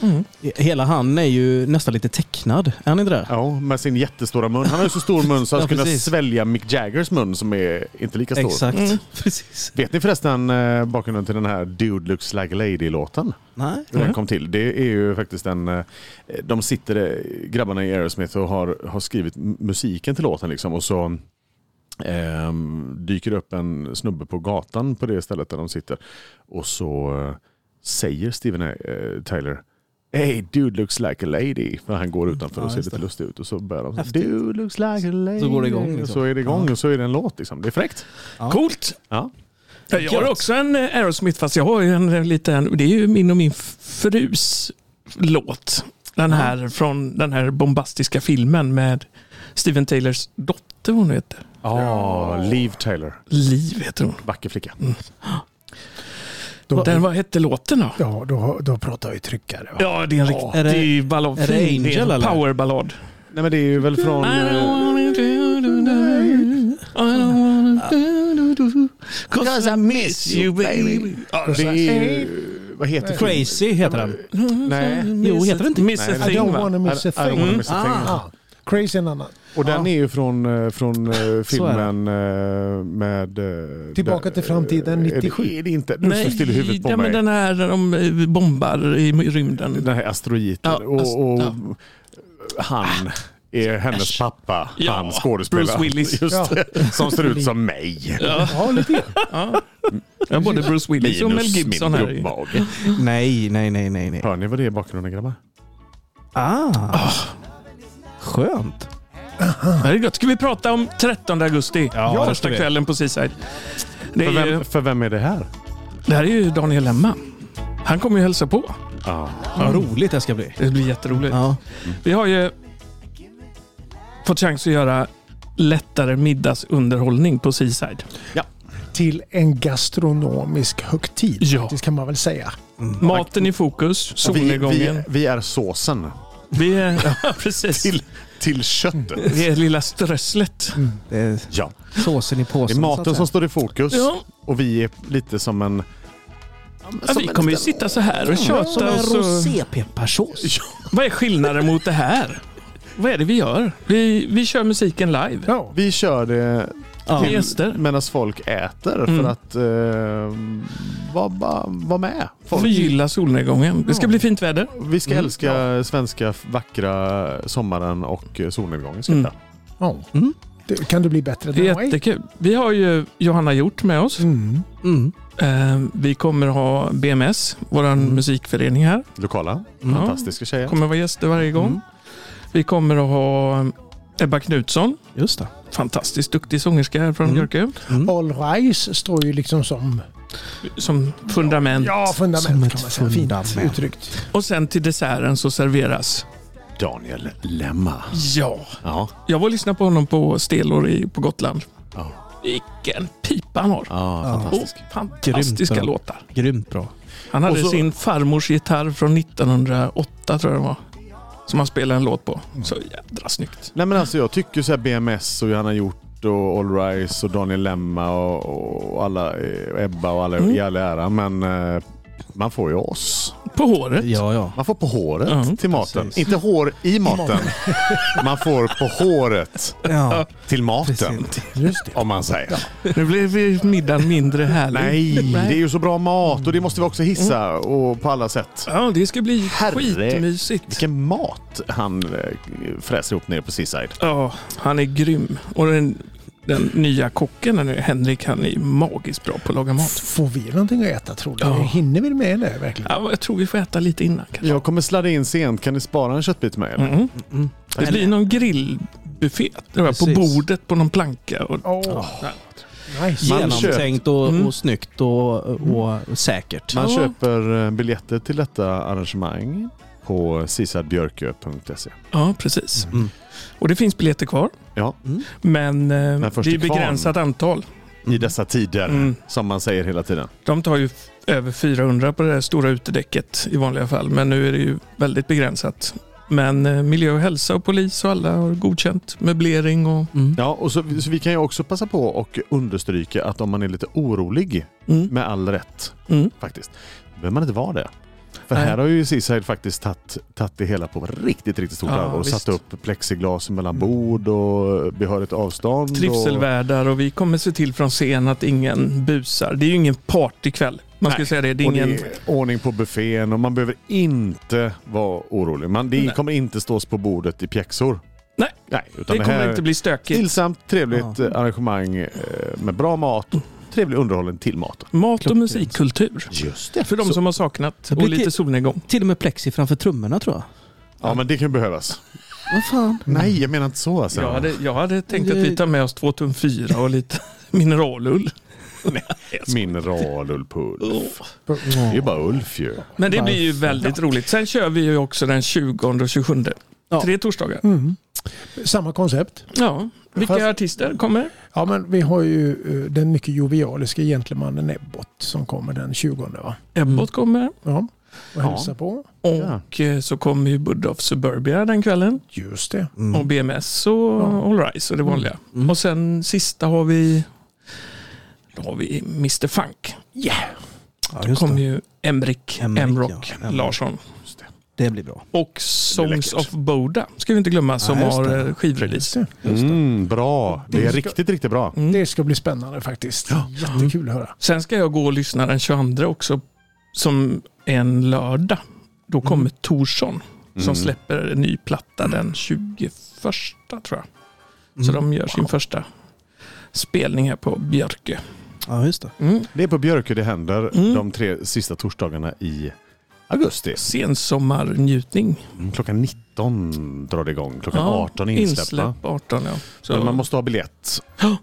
Speaker 2: mm.
Speaker 3: Hela han är ju nästan lite tecknad. Är han inte det?
Speaker 1: Ja, med sin jättestora mun. Han har ju så stor mun så att
Speaker 3: Ja,
Speaker 1: kunna
Speaker 3: precis.
Speaker 1: svälja Mick Jaggers mun som är inte lika stor.
Speaker 3: Exakt.
Speaker 2: Mm.
Speaker 3: Precis.
Speaker 1: Vet ni förresten eh, bakgrunden till den här Dude looks like a lady-låten?
Speaker 3: Nej.
Speaker 1: hur den
Speaker 2: Mhm.
Speaker 1: kom till. Det är ju faktiskt en... eh, De sitter, eh, grabbarna i Aerosmith, och har, har skrivit m- musiken till låten liksom. Och så ehm, dyker det upp en snubbe på gatan på det stället där de sitter. Och så eh, säger Steven eh, Tyler Hey, dude looks like a lady. För han går utanför och
Speaker 3: Mm. Ja,
Speaker 1: ser
Speaker 3: just
Speaker 1: lite
Speaker 3: det.
Speaker 1: lustig ut. Och så börjar de så
Speaker 3: Häftigt.
Speaker 1: Dude looks like a lady.
Speaker 3: går det igång,
Speaker 1: Och
Speaker 3: liksom.
Speaker 1: så är det igång
Speaker 3: Ja.
Speaker 1: och så är det en låt liksom. Det är fräckt.
Speaker 2: Coolt.
Speaker 1: Ja.
Speaker 2: Jag har
Speaker 3: Gött.
Speaker 2: också en eh, Aerosmith fast jag har ju en eh, liten, det är ju min och min f- frus låt. Den här från den här bombastiska filmen med Steven Taylors dotter hon heter.
Speaker 1: Ja, Liv Tyler.
Speaker 2: Liv heter hon.
Speaker 1: Vacker flicka.
Speaker 4: Då,
Speaker 2: Den, vad hette låten då?
Speaker 4: ja, då, då pratar vi tryckare. Va?
Speaker 2: Ja, det är en
Speaker 4: Ja.
Speaker 2: riktig
Speaker 3: Är det-
Speaker 2: ballad.
Speaker 3: är det
Speaker 2: Fin,
Speaker 3: Angel,
Speaker 2: en
Speaker 3: eller?
Speaker 2: powerballad.
Speaker 1: Nej men det är ju väl från...
Speaker 2: I
Speaker 1: eh,
Speaker 2: don't wanna do do do. I don't wanna do do do. Cause I miss you baby. Ja,
Speaker 1: Det är ju, vad heter filmen?
Speaker 3: Crazy heter den.
Speaker 1: Nej.
Speaker 3: Jo, heter det inte-
Speaker 2: Miss
Speaker 1: Nej,
Speaker 2: a
Speaker 1: det-
Speaker 4: I
Speaker 2: thing
Speaker 4: don't
Speaker 2: va?
Speaker 4: wanna miss
Speaker 1: I-
Speaker 4: a
Speaker 1: I don't
Speaker 4: thing.
Speaker 2: Mm.
Speaker 1: wanna miss a thing. Mm.
Speaker 4: Ah, crazy en annan.
Speaker 1: Och den är ju från, eh, från eh, filmen eh, med... eh,
Speaker 4: Tillbaka
Speaker 1: där-
Speaker 4: till framtiden,
Speaker 1: eh, är det-
Speaker 4: 97.
Speaker 1: Är det inte? Nu står
Speaker 2: Nej,
Speaker 1: still i huvudet på
Speaker 2: ja,
Speaker 1: mig.
Speaker 2: men den här där de eh, bombar i rymden.
Speaker 1: Den här asteroiden.
Speaker 2: Ja, alltså, ast-
Speaker 1: och, och
Speaker 2: ja.
Speaker 1: han är hennes
Speaker 2: Äsch.
Speaker 1: pappa.
Speaker 2: Ja,
Speaker 1: han skådespelaren.
Speaker 2: Bruce Willis.
Speaker 1: Just,
Speaker 4: Ja.
Speaker 1: det, Som ser ut som mig.
Speaker 4: Ja, lite grann.
Speaker 2: Ja. Ja, både Bruce Willis och Mel
Speaker 1: Minus
Speaker 2: Gibson
Speaker 1: min
Speaker 2: här. i.
Speaker 1: gubbmage.
Speaker 3: Nej, nej, nej, nej, nej.
Speaker 1: Hör ni vad det är i bakgrunden grabbar?
Speaker 3: Ah. Skönt.
Speaker 2: Ja, det är gott. Ska vi prata om 13 augusti?
Speaker 3: Ja, det ska
Speaker 2: första
Speaker 3: vi.
Speaker 2: kvällen på Seaside. Det,
Speaker 1: För
Speaker 2: är ju,
Speaker 1: vem, för vem är det här?
Speaker 2: det här är ju Daniel Lemma. Han kommer ju hälsa på.
Speaker 1: Ja.
Speaker 3: Vad roligt det ska bli.
Speaker 2: Det blir jätteroligt.
Speaker 3: Ja.
Speaker 2: Vi har ju fått chans att göra lättare middagsunderhållning på Seaside.
Speaker 4: Till en gastronomisk högtid.
Speaker 2: Ja.
Speaker 4: Det kan man väl säga.
Speaker 2: Maten i fokus,
Speaker 1: Vi, vi,
Speaker 2: solnedgången.
Speaker 1: vi är såsen
Speaker 2: Vi är, ja, precis.
Speaker 1: till, till köttet.
Speaker 2: Vi är lilla strösslet.
Speaker 3: Det är
Speaker 1: Ja.
Speaker 3: såsen i
Speaker 1: Det
Speaker 3: påsen.
Speaker 1: är
Speaker 3: så
Speaker 1: maten
Speaker 3: att
Speaker 1: som
Speaker 3: säga.
Speaker 1: står i fokus
Speaker 2: Ja,
Speaker 1: och vi är lite som en... Ja, alltså, men som
Speaker 2: ja, Alltså, vi
Speaker 1: en
Speaker 2: kommer ju
Speaker 1: liten-
Speaker 2: sitta så här och
Speaker 3: Som
Speaker 2: tjata.
Speaker 3: en
Speaker 2: Och
Speaker 1: alltså.
Speaker 2: så,
Speaker 3: rosépepparsås.
Speaker 2: vad är skillnaden mot det här? Vad är det vi gör? Vi, vi kör musiken live.
Speaker 4: Ja.
Speaker 1: Vi kör det
Speaker 3: Ja.
Speaker 2: Med gäster.
Speaker 1: medan folk äter
Speaker 2: Mm.
Speaker 1: för att eh, vara va, va med. Folk.
Speaker 2: Förgylla solnedgången. Det ska bli fint väder.
Speaker 1: Vi ska
Speaker 2: Mm,
Speaker 1: älska svenska vackra sommaren och eh, solnedgången. Ska vi
Speaker 2: Mm.
Speaker 1: göra.
Speaker 4: Ja.
Speaker 3: Mm.
Speaker 4: Det, kan det bli bättre
Speaker 2: Det
Speaker 4: den
Speaker 2: är
Speaker 4: way?
Speaker 2: jättekul. Vi har ju Johanna Hjort med oss.
Speaker 4: Mm.
Speaker 3: Mm.
Speaker 2: Eh, Vi kommer ha BMS, vår musikförening här.
Speaker 1: Lokala,
Speaker 2: Ja,
Speaker 1: fantastiska tjejer.
Speaker 2: kommer vara gäster varje gång.
Speaker 3: Mm.
Speaker 2: Vi kommer att ha Ebba Knutsson,
Speaker 3: Just det.
Speaker 2: fantastiskt duktig sångerska här från
Speaker 3: Mm.
Speaker 2: Björkö,
Speaker 3: Mm.
Speaker 4: All Rise står ju liksom som
Speaker 2: som fundament.
Speaker 4: ja, fundament
Speaker 3: Som ett
Speaker 4: kan man säga.
Speaker 3: fundament.
Speaker 4: Fint uttryckt.
Speaker 2: Och sen till desserten så serveras.
Speaker 1: Daniel Lemma.
Speaker 2: Ja.
Speaker 1: Ja.
Speaker 2: Jag var och lyssnade på honom på Stelor i, på Gotland.
Speaker 1: Ja.
Speaker 2: Vilken pipa han har.
Speaker 1: Ja,
Speaker 3: Ja.
Speaker 1: fantastiskt.
Speaker 2: Och fantastiska
Speaker 3: Grymt bra.
Speaker 2: låtar.
Speaker 3: Grymt bra.
Speaker 2: Han hade
Speaker 1: Och så-
Speaker 2: sin farmors gitarr från 1908 tror jag det var. Som han spelade en låt på.
Speaker 1: Mm.
Speaker 2: Så jädra snyggt.
Speaker 1: Nej men alltså jag tycker så här BMS och Johanna Hjort och All Rise och Daniel Lemma och, och alla, eh, Ebba och alla
Speaker 2: Mm.
Speaker 1: i all ära men eh, man får ju oss.
Speaker 2: På håret.
Speaker 3: Ja, ja.
Speaker 1: Man får på håret
Speaker 2: Ja,
Speaker 1: till maten.
Speaker 3: precis.
Speaker 1: Inte hår i maten. Man får på håret
Speaker 3: ja
Speaker 1: till maten.
Speaker 3: precis.
Speaker 4: Just det.
Speaker 1: Om man säger.
Speaker 2: Nu blev vi middagen mindre härlig.
Speaker 1: Nej, det är ju så bra mat och det måste vi också hissa och på alla sätt.
Speaker 2: Ja, det ska bli
Speaker 1: Herre-
Speaker 2: skitmysigt.
Speaker 1: Vilken mat han eh, fräser ihop nere på Seaside.
Speaker 2: Ja, han är grym. Och den, den nya kocken, den är- Henrik, han är magiskt bra på att laga mat.
Speaker 4: Får vi någonting att äta tror du?
Speaker 2: Ja.
Speaker 4: Hinner vi med det verkligen?
Speaker 2: Ja, jag tror vi får äta lite innan kanske.
Speaker 1: Jag kommer sladda in sent. Kan ni spara en köttbit med eller?
Speaker 2: Mm.
Speaker 3: Mm.
Speaker 2: Det blir någon grillbuffé tror jag, på
Speaker 3: Precis.
Speaker 2: bordet på någon planka. Och,
Speaker 4: Åh,
Speaker 2: Ja.
Speaker 4: nice.
Speaker 1: Man
Speaker 3: Genomtänkt och,
Speaker 2: Mm.
Speaker 3: och snyggt och, och säkert.
Speaker 1: Man
Speaker 2: Ja.
Speaker 1: köper eh, biljetter till detta arrangemang på seasidebjörkö.se.
Speaker 2: Ja, precis.
Speaker 3: Mm.
Speaker 2: Och det finns biljetter kvar.
Speaker 1: Ja.
Speaker 3: Mm.
Speaker 2: Men eh, det
Speaker 1: först är
Speaker 2: är
Speaker 1: kvarn.
Speaker 2: begränsat antal.
Speaker 1: I dessa tider,
Speaker 2: Mm.
Speaker 1: som man säger hela tiden.
Speaker 2: De tar ju f- över 400 på det där stora utedäcket i vanliga fall. Men nu är det ju väldigt begränsat. Men eh, miljö och hälsa och polis och alla har godkänt möblering och...
Speaker 3: Mm.
Speaker 1: Ja, och så, så vi kan ju också passa på och understryka att om man är lite orolig,
Speaker 2: Mm.
Speaker 1: med all rätt
Speaker 2: Mm.
Speaker 1: faktiskt, behöver man inte vara det. För
Speaker 2: Nej.
Speaker 1: här har ju Seaside faktiskt tagit, tagit det hela på riktigt, riktigt stort
Speaker 2: Ja,
Speaker 1: allvar och
Speaker 2: visst.
Speaker 1: satt upp plexiglas mellan
Speaker 2: Mm.
Speaker 1: bord och behörigt avstånd.
Speaker 2: Trivselvärdar och vi kommer se till från scen att ingen busar. Det är ju ingen partykväll. Man ska
Speaker 1: Nej,
Speaker 2: säga det. Det
Speaker 1: Och,
Speaker 2: är
Speaker 1: och det
Speaker 2: ingen...
Speaker 1: är ordning på buffén och man behöver inte vara orolig. Man, det
Speaker 2: Nej.
Speaker 1: kommer inte stås på bordet i pjäxor.
Speaker 2: Nej.
Speaker 1: Nej utan
Speaker 2: Det
Speaker 1: det, här
Speaker 2: kommer inte bli stökigt.
Speaker 1: stillsamt, trevligt
Speaker 3: Ja.
Speaker 1: eh, arrangemang eh, med bra mat, trevlig underhållning till maten.
Speaker 2: Mat och
Speaker 3: Klockrent.
Speaker 2: musikkultur.
Speaker 1: Just det.
Speaker 2: För de
Speaker 1: Så-
Speaker 2: som har saknat
Speaker 3: Det blir
Speaker 2: och lite
Speaker 3: till-
Speaker 2: solnedgång.
Speaker 3: Till och med plexi framför trummorna tror jag.
Speaker 1: Ja men det kan ju behövas.
Speaker 3: Vad fan?
Speaker 1: Nej jag menar inte så alltså.
Speaker 2: Jag hade, jag hade tänkt att
Speaker 3: Det-
Speaker 2: vi tar med oss två tum fyra och lite mineralull.
Speaker 1: Mineralull-Ulf. Det är ju bara Ulf ju.
Speaker 2: Men det blir ju väldigt roligt. Sen kör vi ju också den 20 och 27.
Speaker 3: Ja.
Speaker 2: Tre torsdagar.
Speaker 4: Mm. Samma koncept.
Speaker 2: Ja. Vilka
Speaker 4: Fast-
Speaker 2: artister kommer?
Speaker 4: Ja, men vi har ju eh, den mycket jovialiska gentlemannen Ebbot som kommer den 20 va?
Speaker 2: Ebbot kommer.
Speaker 4: Ja, och
Speaker 1: Ja.
Speaker 4: hälsa på.
Speaker 2: Och eh, så kommer ju Bud of Suburbia den kvällen.
Speaker 4: Just det.
Speaker 2: Och BMS och All Rise och det vanliga.
Speaker 3: Mm.
Speaker 2: Och sen sista har vi då har vi Mr Funk.
Speaker 3: Ja,
Speaker 2: Då
Speaker 3: just
Speaker 2: kommer
Speaker 3: det.
Speaker 2: ju Emrik,
Speaker 3: Emrik,
Speaker 2: Emrock,
Speaker 3: ja.
Speaker 2: Larsson.
Speaker 3: det blir bra.
Speaker 2: Och Songs
Speaker 1: läckert.
Speaker 2: of Boda ska vi inte glömma som
Speaker 3: Ja, just
Speaker 2: har
Speaker 3: det.
Speaker 2: eh,
Speaker 4: Just
Speaker 2: skivrelease.
Speaker 4: det.
Speaker 1: Mm, bra. Det är
Speaker 4: Det ska-
Speaker 1: riktigt, riktigt bra.
Speaker 2: Mm.
Speaker 4: Det ska bli spännande faktiskt. Jättekul att höra.
Speaker 2: Sen ska jag gå och lyssna den 22 också som är en lördag. Då kommer Torsson som
Speaker 1: Mm.
Speaker 2: släpper en ny platta den 21 tror jag. Så
Speaker 3: Mm.
Speaker 2: de gör sin första spelning här på Björke.
Speaker 3: Ja, just det.
Speaker 2: Mm.
Speaker 1: Det är på Björkö det händer
Speaker 2: Mm.
Speaker 1: de tre sista torsdagarna i augusti.
Speaker 2: Sensommarnjutning.
Speaker 1: Mm, Klockan 19 drar det igång. Klockan
Speaker 2: Ja,
Speaker 1: 18 är insläpp. va?
Speaker 2: Insläpp 18 ja. Så
Speaker 1: Men man måste ha biljett.
Speaker 2: man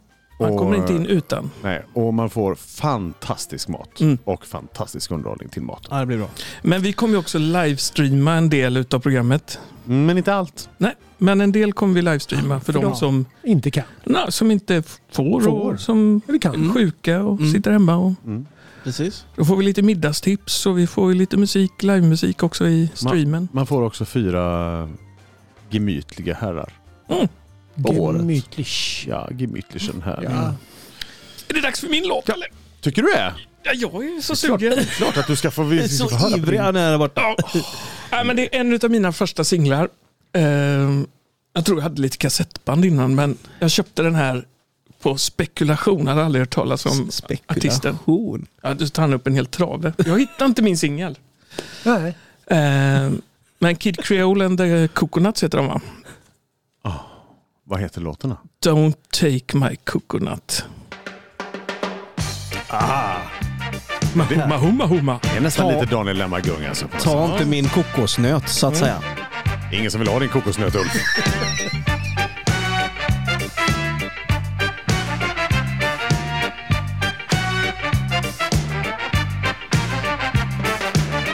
Speaker 1: och-
Speaker 2: kommer inte in utan.
Speaker 1: Nej, och man får fantastisk mat
Speaker 2: Mm.
Speaker 1: och fantastisk underhållning till maten.
Speaker 3: Ja, det blir bra.
Speaker 2: Men vi kommer ju också livestreama en del av programmet.
Speaker 1: Men inte allt.
Speaker 2: Nej, men en del kommer vi livestreama för,
Speaker 4: För
Speaker 2: de
Speaker 4: dem.
Speaker 2: som,
Speaker 4: Inte kan.
Speaker 2: na, som inte får,
Speaker 4: Får.
Speaker 2: och som
Speaker 4: Eller kan.
Speaker 2: är sjuka och
Speaker 3: Mm.
Speaker 2: sitter hemma. Och,
Speaker 1: Mm.
Speaker 3: Precis.
Speaker 2: då får vi lite middagstips och vi får ju lite musik, livemusik också i streamen.
Speaker 1: Man får också fyra gemytliga herrar. på året.
Speaker 2: Mm.
Speaker 4: Gemütlich.
Speaker 1: Ja, gemytlichen här.
Speaker 4: Ja.
Speaker 2: Är det dags för min låt eller?
Speaker 1: Tycker du det?
Speaker 2: Ja, jag är så
Speaker 1: klart.
Speaker 2: sugen.
Speaker 1: Klart att du ska få...
Speaker 3: Jag är
Speaker 1: Vi ska få höra
Speaker 3: så
Speaker 1: på
Speaker 3: ivrig
Speaker 1: din-
Speaker 3: han är där borta.
Speaker 2: Ja. Ja, men det är en av mina första singlar. Ehm, jag tror jag hade lite kassettband innan, men jag köpte den här på spekulation. Jag hade aldrig hört talas om artisten.
Speaker 3: Spekulation.
Speaker 2: Ja, då tar han upp en hel trave. Jag hittade inte min singel.
Speaker 4: Nej.
Speaker 2: Ehm, men Kid Creole and the Coconuts heter de va?
Speaker 1: Vad heter låten då?
Speaker 2: Don't take my coconut. Ah. Mahuma, humma, humma.
Speaker 1: Det är nästan
Speaker 3: Ta-
Speaker 1: lite Daniel Lemmargung alltså.
Speaker 3: Ta inte min kokosnöt så att
Speaker 1: Mm.
Speaker 3: säga.
Speaker 1: Ingen som vill ha din kokosnöt Ulf.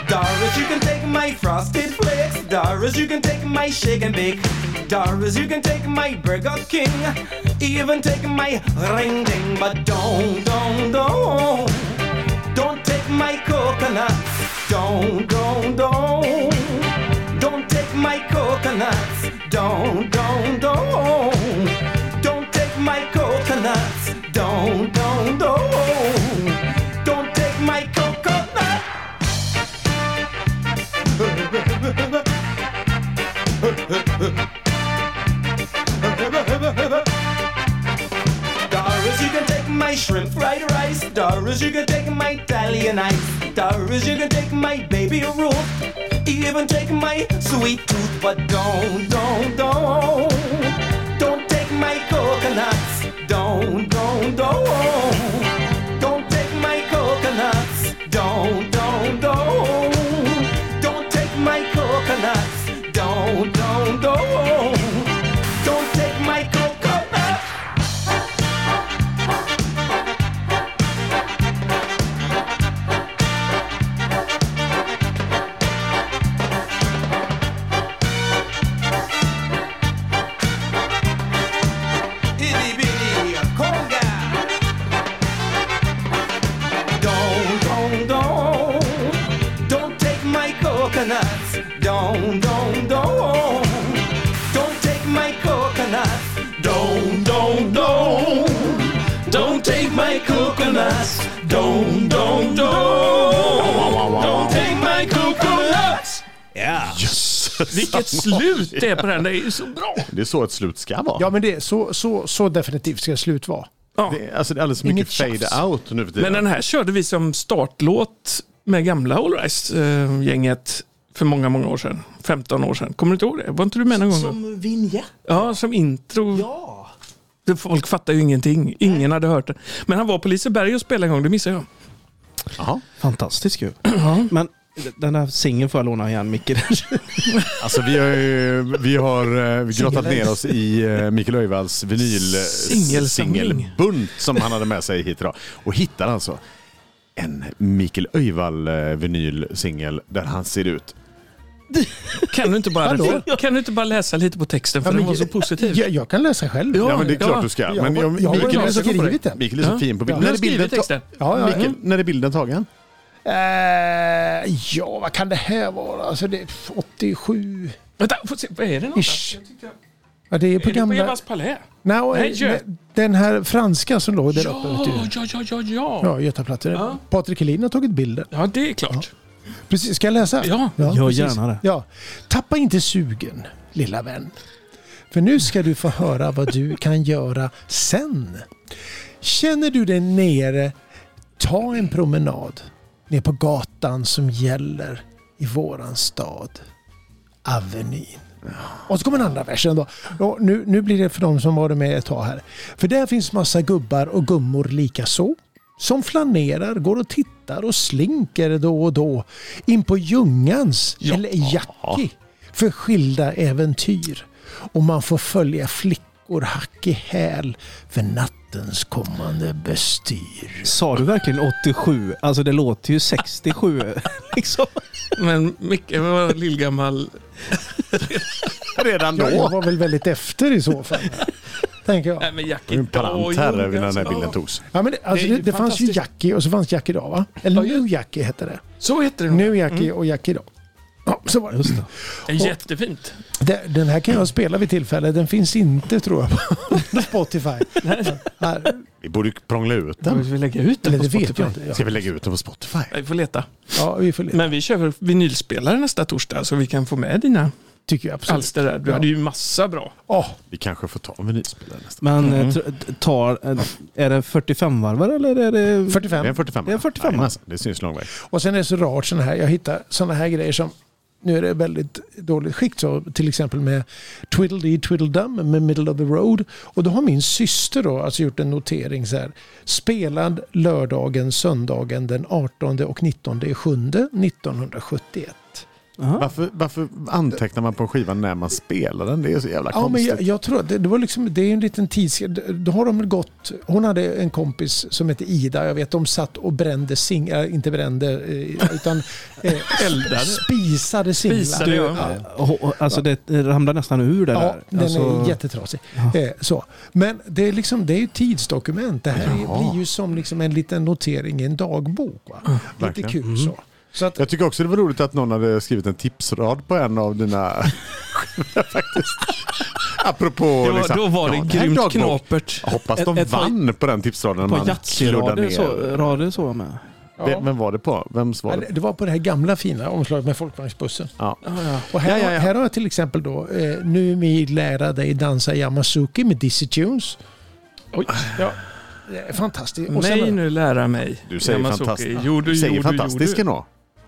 Speaker 5: Doris, you can take my frosted flakes. Doris, you can take my shake and bake. Doris, you can take my Burger King. Even take my ring ding. But don't, don't, don't. Don't take my coconuts. Don't, don't, don't. Don't take my coconuts. Don't, don't, don't. Don't take my coconuts. Don't, don't, don't. Don't take my coconut. my shrimp fried rice. Doris, you can take my Italian ice. Doris, you can take my baby roof. Even take my sweet tooth. But don't, don't, don't. Don't take my coconuts. Don't, don't, don't. Don't take my coconuts. Don't, don't, don't. Don't take my coconuts. Don't, don't, don't. Don't take my coconuts. itty bitty conga. Don't, don't, don't, don't take my coconuts. Don't, don't, don't, don't take my coconuts. Don't, don't, don't, don't take my coconuts. Don't, don't, don't, don't take my coconuts.
Speaker 1: Yes.
Speaker 2: Vilket slut det är på den. Det är ju så bra.
Speaker 1: Det är så ett slut ska vara.
Speaker 4: Ja, men det, så, så, så definitivt ska slut vara.
Speaker 2: Ja.
Speaker 1: det är, alltså, det är alldeles för
Speaker 4: Inget
Speaker 1: mycket fade
Speaker 4: tjafs.
Speaker 1: out nu för tiden.
Speaker 2: Men den här körde vi som startlåt med gamla All Rise-gänget för många, många år sedan. 15 år sedan. Kommer du inte ihåg det? Var inte du med någon gång? då?
Speaker 3: Som vinjett.
Speaker 2: Ja, som intro.
Speaker 3: Ja.
Speaker 2: Det- Folk fattar ju ingenting. Ingen hade hört det. Men han var på Liseberg och spelade en gång, det missade jag.
Speaker 1: Jaha.
Speaker 3: Fantastiskt kul. Men den här singeln får jag låna igen Micke.
Speaker 1: Alltså vi har, ju, vi har eh, grottat ner oss i eh, Mikael Öjvalls
Speaker 2: Singelsamling.
Speaker 1: vinyl-singelbunt som han hade med sig hit idag. Och hittar alltså en Mikael Öjvall-vinylsingel där han ser ut...
Speaker 2: Kan du inte bara, kan du inte bara läsa lite på texten för
Speaker 4: Ja, men
Speaker 2: den var så
Speaker 4: jag-
Speaker 2: positiv?
Speaker 4: Jag, jag kan läsa själv.
Speaker 1: Ja, men det är klart
Speaker 2: ja.
Speaker 1: du ska.
Speaker 4: Jag
Speaker 1: Men
Speaker 4: var-
Speaker 1: jag,
Speaker 4: jag var
Speaker 1: Mikael,
Speaker 4: med
Speaker 1: är
Speaker 4: och
Speaker 1: så-
Speaker 4: skrivit den.
Speaker 1: Mikael är så
Speaker 2: Ja.
Speaker 1: fin på bild.
Speaker 2: Ja.
Speaker 1: När,
Speaker 2: Jag
Speaker 1: är
Speaker 2: har skrivit
Speaker 1: bilden ta-
Speaker 2: texten.
Speaker 4: Ja, ja,
Speaker 1: Mikael, när är bilden tagen?
Speaker 4: Eh, ja, vad kan det här vara? Alltså det är 87...
Speaker 2: Vänta, får se, vad är det någonstans?
Speaker 4: Ish. Ja, det är på
Speaker 2: Är det på
Speaker 4: gamla...
Speaker 2: Evas palä?
Speaker 4: Nej,
Speaker 2: Nej, Gö-
Speaker 4: den här franska som låg där uppe.
Speaker 2: Ja,
Speaker 4: Vet du.
Speaker 2: ja, ja, ja, ja.
Speaker 4: Ja, Götaplattor.
Speaker 2: Ja.
Speaker 4: Patrik Helin har tagit bilden.
Speaker 2: Ja, det är klart.
Speaker 4: Precis, ska jag läsa?
Speaker 2: Ja.
Speaker 3: Gör
Speaker 4: precis.
Speaker 3: gärna det.
Speaker 4: Ja. Tappa inte sugen, lilla vän. För nu ska du få höra vad du kan göra sen. Känner du dig nere, ta en promenad ner på gatan som gäller i våran stad. Avenyn. Och så kommer den andra versen då. Ja, nu, nu blir det för de som var med ett tag här. För där finns massa gubbar och gummor lika så. Som flanerar, går och tittar och slinker då och då. In på Ljungans,
Speaker 2: Ja.
Speaker 4: eller Jacki, för skilda äventyr. Och man får följa flickor hack i häl för nattens kommande bestyr.
Speaker 3: Sa du verkligen 87? Alltså det låter ju 67. liksom.
Speaker 2: Men Micke var lillgammal.
Speaker 1: Redan
Speaker 4: Ja, jag
Speaker 1: då?
Speaker 4: var väl väldigt efter i så fall. Tänker jag.
Speaker 2: Nej, men Jackie.
Speaker 1: Det är en parant
Speaker 2: Oj,
Speaker 1: här
Speaker 2: Jorgens,
Speaker 1: vid när den här
Speaker 2: ja.
Speaker 1: bilden togs.
Speaker 4: Ja, men det, alltså,
Speaker 2: Det är
Speaker 4: det,
Speaker 2: ju
Speaker 4: det fanns ju
Speaker 2: fantastiskt.
Speaker 4: Jackie och så fanns Jackie idag va? Eller nu Jackie hette det.
Speaker 2: Så heter det nog.
Speaker 4: Nu Jackie och Jackie idag. Ja, så var det.
Speaker 3: Just det.
Speaker 2: Det är Jättefint.
Speaker 4: Det- Den här kan jag spela vid tillfälle. Den finns inte tror jag på Spotify. Här.
Speaker 1: Vi borde ju prångla ut
Speaker 2: Då
Speaker 1: den.
Speaker 2: vill vi lägga ut
Speaker 4: Eller
Speaker 2: den på
Speaker 4: det
Speaker 2: Spotify.
Speaker 4: vet jag inte.
Speaker 1: Ska
Speaker 4: Ja,
Speaker 1: vi lägga ut den på Spotify?
Speaker 2: Ja, Vi får leta.
Speaker 4: ja vi får leta.
Speaker 2: Men vi kör vinylspelare nästa torsdag så vi kan få med dina
Speaker 4: Tycker jag absolut.
Speaker 2: alster där. Du hade ju massa bra.
Speaker 4: Åh,
Speaker 1: Vi kanske får ta en vinylspelare nästa.
Speaker 3: Men eh, tr- tar, eh, är det 45 varvar eller är det...
Speaker 4: 45.
Speaker 1: Det är en 45.
Speaker 3: Det är en 45.
Speaker 1: Jajamensan, det syns lång väg.
Speaker 4: Och sen är det så rart sådana här. Jag hittar sådana här grejer som nu är det väldigt dåligt skick. Så till exempel med Twiddledee Twiddledum med Middle of the Road. Och då har min syster då alltså gjort en notering så här. Spelad lördagen, söndagen den 18 och 19 i 7 1971.
Speaker 3: Aha.
Speaker 1: Varför, varför antecknar man på skivan när man spelar den? Det är så jävla
Speaker 4: Ja, men
Speaker 1: konstigt.
Speaker 4: jag, jag tror att det, det var liksom, det är en liten tids... Då har de gått... Hon hade en kompis som hette Ida. Jag vet, de satt och brände singlar, inte brände, eh, utan eh,
Speaker 2: Eldade.
Speaker 4: spisade singlar.
Speaker 2: Spisade, ja.
Speaker 3: Och- och- Alltså det ramlar nästan ur det
Speaker 4: Ja,
Speaker 3: där.
Speaker 4: den
Speaker 3: alltså,
Speaker 4: är jättetrasig. Eh, så. Men det är, liksom, det är ju tidsdokument. Det här är, blir ju som liksom en liten notering i en dagbok. Va? Lite
Speaker 1: Mm. verkligen.
Speaker 4: kul så. Så att,
Speaker 1: Jag tycker också det var roligt att någon hade skrivit en tipsrad på en av dina skivor, faktiskt. Apropå...
Speaker 2: Det var,
Speaker 1: liksom,
Speaker 2: då var det
Speaker 1: ja, här
Speaker 2: grymt
Speaker 1: dagbok.
Speaker 2: knapert.
Speaker 1: Jag Hoppas de
Speaker 3: Ett- ett par-
Speaker 1: vann på den tipsraden.
Speaker 3: På
Speaker 1: man kloddar
Speaker 3: Yatzy-rader
Speaker 1: ner.
Speaker 3: så, rader så jag med.
Speaker 1: Vem- Vem var det på? Vems var det?
Speaker 4: det var på det här gamla fina omslaget med folkvagnsbussen.
Speaker 1: Ja.
Speaker 4: Och här,
Speaker 1: Ja, ja, ja.
Speaker 4: här har jag till exempel då, eh, nu är vi lära dig dansa Yamazuki med Dizzy Tunes.
Speaker 2: Oj. Ja.
Speaker 4: Fantastiskt. Och sen-
Speaker 2: Mig nu lära mig.
Speaker 1: Du säger,
Speaker 2: Yamazuki.
Speaker 1: fantast...
Speaker 2: Jo, du,
Speaker 1: du säger
Speaker 2: jo, du,
Speaker 1: fantastisk
Speaker 2: Jo,
Speaker 1: ändå.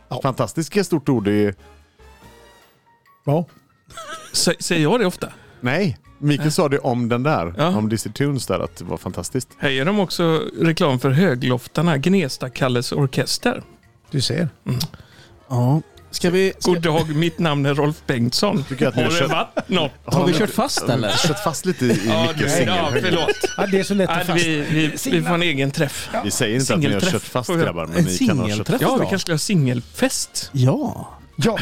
Speaker 4: Ja.
Speaker 1: Fantastisk är ett stort ord i...
Speaker 4: Ja.
Speaker 2: du. Sä- Säger jag det ofta?
Speaker 1: Nej, Mikael
Speaker 2: Äh.
Speaker 1: sa det om den där.
Speaker 2: Ja.
Speaker 1: Om Dizzy Tunes där, att det var fantastiskt.
Speaker 2: Här gör de också reklam för Högloftarna, Gnesta-Kalles orkester.
Speaker 4: Du ser.
Speaker 3: Ja. Ska vi... Ska,
Speaker 2: God dag, mitt namn är Rolf Bengtsson.
Speaker 1: Tycker att ni
Speaker 2: Har
Speaker 1: har
Speaker 2: det
Speaker 1: kört-
Speaker 2: varit något?
Speaker 3: har vi kört fast eller?
Speaker 1: Sätt fast lite i Mickes
Speaker 2: nej, ja,
Speaker 1: singel.
Speaker 2: förlåt.
Speaker 4: Ja, det är så lätt
Speaker 2: Nej,
Speaker 4: att fastna.
Speaker 2: vi, vi, vi får en egen träff.
Speaker 1: Vi säger inte att ni har
Speaker 2: Singelträff.
Speaker 1: kört fast
Speaker 2: Får jag-
Speaker 1: grabbar, men
Speaker 3: En
Speaker 1: ni kan ha kört
Speaker 3: singelträff
Speaker 2: Ja, vi
Speaker 3: idag?
Speaker 2: kanske ska ha singelfest.
Speaker 3: Ja.
Speaker 4: Ja,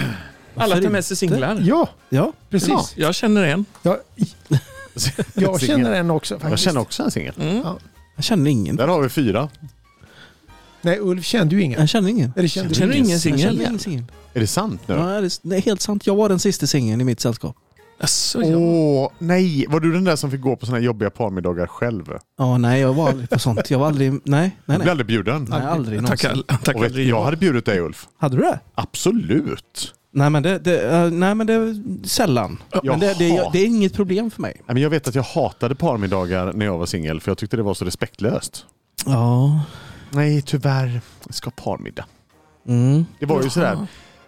Speaker 2: Alla tar med sig
Speaker 3: inte?
Speaker 2: singlar.
Speaker 4: ja
Speaker 3: Ja.
Speaker 1: Ja.
Speaker 4: precis.
Speaker 2: Jag känner en.
Speaker 4: Jag, jag känner en också faktiskt.
Speaker 1: Jag känner också en singel.
Speaker 2: Mm.
Speaker 3: Jag känner ingen.
Speaker 1: Där har vi fyra.
Speaker 4: Nej, Ulf kände ju ingen.
Speaker 3: Jag känner ingen.
Speaker 4: Eller kände
Speaker 2: Känner du ingen
Speaker 3: Jag
Speaker 2: singel?
Speaker 3: känner ingen singel.
Speaker 1: Är det sant nu?
Speaker 3: Ja, det, är, det är helt sant. Jag var den sista singeln i mitt sällskap.
Speaker 2: Alltså,
Speaker 1: Åh,
Speaker 2: ja.
Speaker 1: nej! Var du den där som fick gå på såna här jobbiga parmiddagar själv?
Speaker 3: Ja, nej, jag var aldrig på sånt. Jag var aldrig... Nej,
Speaker 1: Du
Speaker 3: nej,
Speaker 1: blev
Speaker 3: nej.
Speaker 1: aldrig bjuden?
Speaker 3: Nej, aldrig
Speaker 2: Tack,
Speaker 3: någonsin.
Speaker 2: all- tack
Speaker 1: Och vet,
Speaker 2: aldrig.
Speaker 1: jag hade bjudit dig Ulf.
Speaker 3: Hade du det?
Speaker 1: Absolut!
Speaker 3: Nej, men det, det, eh, nej, men det är sällan. Men det, det,
Speaker 1: Jaha.
Speaker 3: jag- det är inget problem för mig.
Speaker 1: Nej, Men jag vet att jag hatade parmiddagar när jag var singel för jag tyckte det var så respektlöst.
Speaker 3: Ja.
Speaker 1: Nej, tyvärr. Jag ska ha parmiddag.
Speaker 3: Mm.
Speaker 1: Det var ju
Speaker 2: Jaha.
Speaker 1: sådär.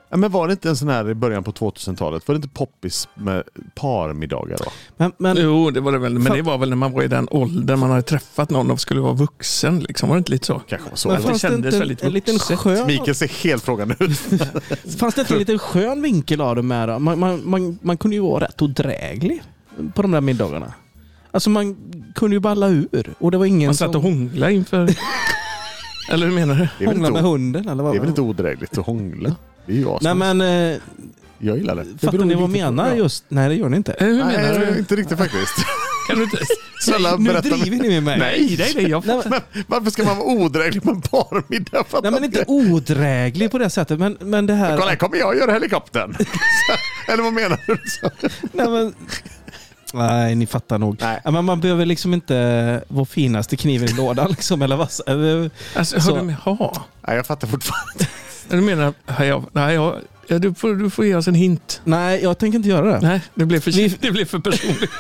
Speaker 1: Ja, men var det inte en sån här i början på 2000-talet? Var det inte poppis med parmiddagar då?
Speaker 3: Men, men
Speaker 2: Jo, det var det väl. Men
Speaker 3: Fan.
Speaker 2: det var väl när man var i den åldern man hade träffat någon och skulle vara vuxen. Liksom. Var det inte lite så?
Speaker 1: Kanske var
Speaker 3: Men
Speaker 1: så.
Speaker 2: fan,
Speaker 3: fanns det
Speaker 2: kändes
Speaker 3: inte en,
Speaker 2: väldigt
Speaker 3: en liten
Speaker 2: vuxet.
Speaker 3: skön,
Speaker 1: Mikael ser helt frågande ut.
Speaker 3: fanns det inte en liten skön vinkel av det med då? man, man, man, man kunde ju vara rätt odräglig på de där middagarna. Alltså man kunde ju balla ur och det var ingen
Speaker 2: Man satt och hånglade inför... Eller hur menar du?
Speaker 1: Det är väl
Speaker 3: hånglade med
Speaker 1: inte, o-
Speaker 3: hunden eller vad
Speaker 1: det är väl inte odrägligt att hångla? Det är ju jag
Speaker 3: Nej
Speaker 1: som...
Speaker 3: men eh,
Speaker 1: Jag gillar det.
Speaker 3: fattar
Speaker 4: beror
Speaker 3: ni vad jag
Speaker 4: lite på-
Speaker 3: menar
Speaker 4: ja.
Speaker 3: just? Nej det gör ni inte.
Speaker 2: Eh, Hur menar
Speaker 1: Nej,
Speaker 2: du?
Speaker 1: inte riktigt faktiskt.
Speaker 2: Kan du inte...
Speaker 1: Snälla
Speaker 3: Nu
Speaker 1: berätta.
Speaker 3: driver ni med mig.
Speaker 2: Nej, nej, nej. Jag...
Speaker 3: Nej, men,
Speaker 1: Men varför ska man vara odräglig på en parmiddag? Jag fattar
Speaker 3: nej men inte odräglig på det sättet men, men det här...
Speaker 1: Kolla här kommer jag göra helikoptern. Så- Eller vad menar du? Så-
Speaker 3: Nej, men... Nej, ni fattar nog.
Speaker 1: Nej.
Speaker 3: Ja, Men man behöver liksom inte vår finaste kniv i lådan. Liksom, eller vad? eller-
Speaker 2: Alltså,
Speaker 3: Så-
Speaker 2: hör du med? Ja.
Speaker 1: Nej, jag fattar fortfarande.
Speaker 2: Du menar... Nej, jag... Nej, jag... Ja, du, får, du får ge oss en hint.
Speaker 3: Nej, jag tänker inte göra det.
Speaker 2: Nej, det blev för,
Speaker 3: Vi-
Speaker 2: det blev för personligt.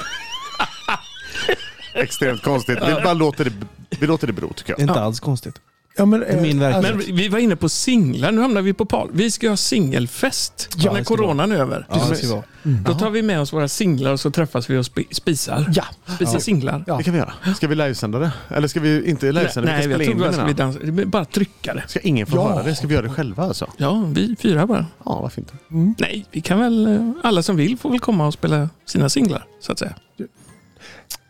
Speaker 1: Extremt konstigt. Vi, bara låter det, vi låter det bero tycker
Speaker 3: Det är
Speaker 1: jag.
Speaker 3: inte alls konstigt.
Speaker 4: Ja, men, eh,
Speaker 3: min verklighet.
Speaker 2: Men vi var inne på singlar, nu hamnar vi på par. Vi ska ha singelfest
Speaker 4: Ja,
Speaker 2: när
Speaker 3: det ska
Speaker 2: coronan är över.
Speaker 3: Ja, det ska vara.
Speaker 2: Då tar vi med oss våra singlar och så träffas vi och spi- spisar.
Speaker 4: Ja,
Speaker 2: Spisa singlar.
Speaker 4: Ja.
Speaker 1: Det kan vi göra. Ska vi livesända det? Eller ska vi inte livesända?
Speaker 2: Nej,
Speaker 1: vi kan
Speaker 2: jag
Speaker 1: spela
Speaker 2: tror
Speaker 1: in det menar
Speaker 2: bara ska vi
Speaker 1: jag.
Speaker 2: dansa. Det blir bara trycka det.
Speaker 1: Ska ingen få
Speaker 4: Ja.
Speaker 1: höra det? Ska vi göra det själva alltså?
Speaker 2: Ja, vi fyra bara.
Speaker 1: Ja, varför inte?
Speaker 2: Nej, vi kan väl... eh, Alla som vill får väl komma och spela sina singlar, så att säga.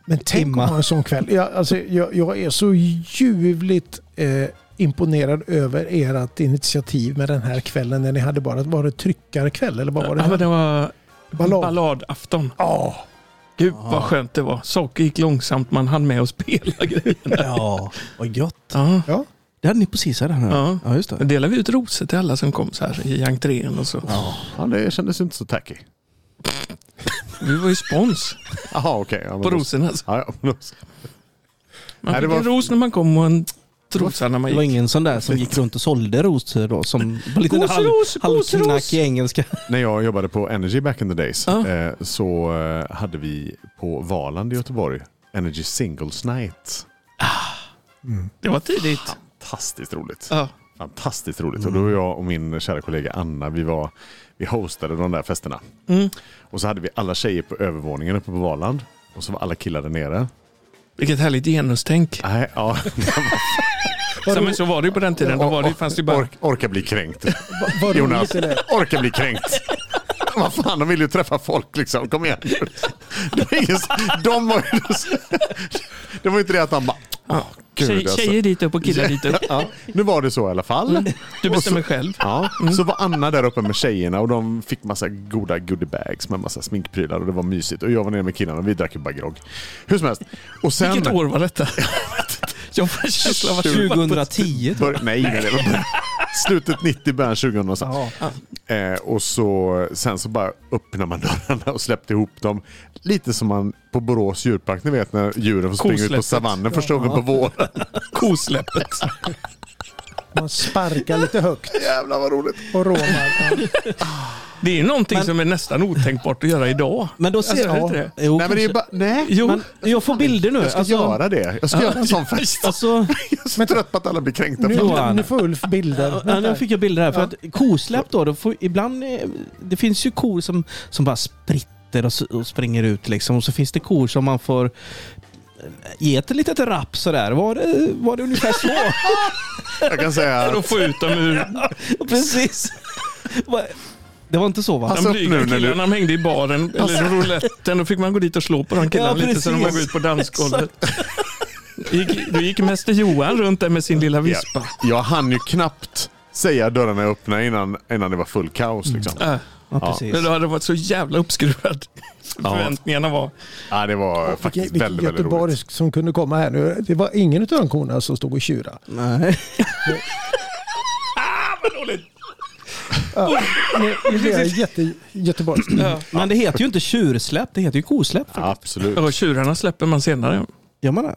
Speaker 4: men tänk om
Speaker 3: Timma.
Speaker 4: ha en sån kväll. Jag, alltså, jag, jag är så ljuvligt eh, imponerad över ert initiativ med den här kvällen när ni hade bara var det tryckarkväll eller vad var det?
Speaker 2: Ja, men det var
Speaker 4: Ballad.
Speaker 2: balladafton.
Speaker 4: Ja.
Speaker 2: Gud vad skönt det var. Saker gick långsamt, man hann med att spela grejerna.
Speaker 3: Ja, vad gött.
Speaker 2: Ja.
Speaker 3: Det hade ni precis här. här.
Speaker 2: Ja.
Speaker 3: ja, just
Speaker 2: Då
Speaker 3: det.
Speaker 2: delade vi ut rosor till alla som kom så här i entrén och så.
Speaker 1: Ja, det kändes ju inte så tacky.
Speaker 2: Vi var ju spons
Speaker 1: Jaha, okej. Ja, men
Speaker 2: på
Speaker 1: då-
Speaker 2: rosorna. Alltså.
Speaker 1: Ja, ja, men då-
Speaker 2: Man
Speaker 1: Nej,
Speaker 2: fick
Speaker 1: det
Speaker 2: en
Speaker 1: var-
Speaker 2: ros när man kom och en trosa när man
Speaker 3: Det var
Speaker 2: gick.
Speaker 3: ingen sån där som gick runt och sålde rosor då? Som var lite
Speaker 2: Gosros,
Speaker 3: halv,
Speaker 2: gosros.
Speaker 3: halvknackig engelska.
Speaker 1: När jag jobbade på Energy back in the days
Speaker 2: Ja.
Speaker 1: eh, så eh, hade vi på Valand i Göteborg Energy Singles Night.
Speaker 2: Det var tidigt.
Speaker 1: Fantastiskt roligt.
Speaker 2: Ja. Mm.
Speaker 1: Fantastiskt roligt. Och då var jag och min kära kollega Anna, vi, var, vi hostade de där festerna.
Speaker 2: Mm.
Speaker 1: Och så hade vi alla tjejer på övervåningen uppe på Valand. Och så var alla killar där nere.
Speaker 2: Vilket härligt genustänk.
Speaker 1: Nej, ja.
Speaker 2: Så, men så var det ju på den tiden. Då var det, fanns det ju bara...
Speaker 1: Ork, orka bli kränkt.
Speaker 4: Va- Vad roligt
Speaker 1: Jonas,
Speaker 4: det där.
Speaker 1: orka bli kränkt. Vad fan, de vill ju träffa folk liksom. Kom igen. Det var ingen, de var ju... Det var ju inte det att han bara...
Speaker 2: Ja.
Speaker 1: gud,
Speaker 2: Tjej,
Speaker 1: alltså.
Speaker 2: Tjejer dit upp och killar dit upp. Mm.
Speaker 1: Ja, nu var det så i alla fall.
Speaker 2: Du bestämmer själv. Mm.
Speaker 1: Ja, så var Anna där uppe med tjejerna och de fick massa goda goodiebags med massa sminkprylar och det var mysigt. Och jag var nere med killarna och vi drack ju bara grogg. Hur som helst. Och sen...
Speaker 2: Vilket år var detta? Jag får en känsla av att det var-
Speaker 3: 2010. tror jag.
Speaker 1: Bör, nej, nej, det var bara- slutet 90, början 2000 någonstans. Eh, och så, sen så bara öppnade man dörrarna och släppte ihop dem. Lite som man på Borås djurpark, ni vet när djuren får springa ut på
Speaker 2: Kosläppet.
Speaker 1: savannen första gången på våren.
Speaker 2: kosläppet.
Speaker 4: Man sparkar lite högt
Speaker 1: Jävlar vad roligt.
Speaker 4: och rånar. Ja.
Speaker 2: Det är någonting som är nästan otänkbart att göra idag.
Speaker 3: Men då ser
Speaker 2: Alltså, är det
Speaker 3: jag...
Speaker 2: inte det?
Speaker 3: Jo,
Speaker 1: Nej men det är
Speaker 3: kanske.
Speaker 1: bara, nej.
Speaker 2: Jo,
Speaker 3: men jag får bilder nu.
Speaker 1: Jag
Speaker 4: Alltså-
Speaker 1: ska göra det. Jag ska göra en sån fest.
Speaker 3: Alltså,
Speaker 1: Jag är så trött på att alla blir kränkta.
Speaker 4: Nu,
Speaker 3: Johan.
Speaker 4: nu får Ulf bilder.
Speaker 3: ja, nu fick jag bilder här. För att kosläpp då, då får, ibland... eh, Det finns ju kor som, som bara spritter och, s- och springer ut liksom. Och så finns det kor som man får eh, ge ett litet rapp sådär. Var det, var det ungefär så?
Speaker 1: Jag kan
Speaker 2: för
Speaker 1: säga,
Speaker 2: att få ut dem ur...
Speaker 3: Precis. Va- Det var inte så va?
Speaker 1: Alltså,
Speaker 2: De
Speaker 1: upp nu
Speaker 2: blyga
Speaker 1: när du-
Speaker 2: killarna de hängde i baren, eller rouletten, då fick man gå dit och slå på de killarna
Speaker 3: Ja,
Speaker 2: lite så de man
Speaker 3: precis.
Speaker 2: gå ut på dansgolvet. Gick, då gick mäster Johan runt där med sin lilla vispa.
Speaker 1: jag hann ju knappt säga dörrarna är öppna innan, innan det var full kaos. Liksom.
Speaker 4: Mm.
Speaker 2: Äh,
Speaker 3: Ja,
Speaker 1: Ja.
Speaker 3: precis.
Speaker 2: men då hade det varit så jävla uppskruvad. Förväntningarna var...
Speaker 1: Ja, det var faktiskt
Speaker 4: Vilken, vilken
Speaker 1: väldigt, väldigt roligt.
Speaker 4: göteborgsk som kunde komma här nu. Det var ingen av de korna som stod och tjura.
Speaker 3: Nej.
Speaker 2: Ah, vad roligt!
Speaker 4: Nu, nu blir jag jätte, göteborgsk.
Speaker 2: Ja.
Speaker 3: Men det heter ju inte tjursläpp, det heter ju kosläpp.
Speaker 1: Ja, Absolut.
Speaker 2: Ja, tjurarna släpper man senare.
Speaker 3: Gör man det?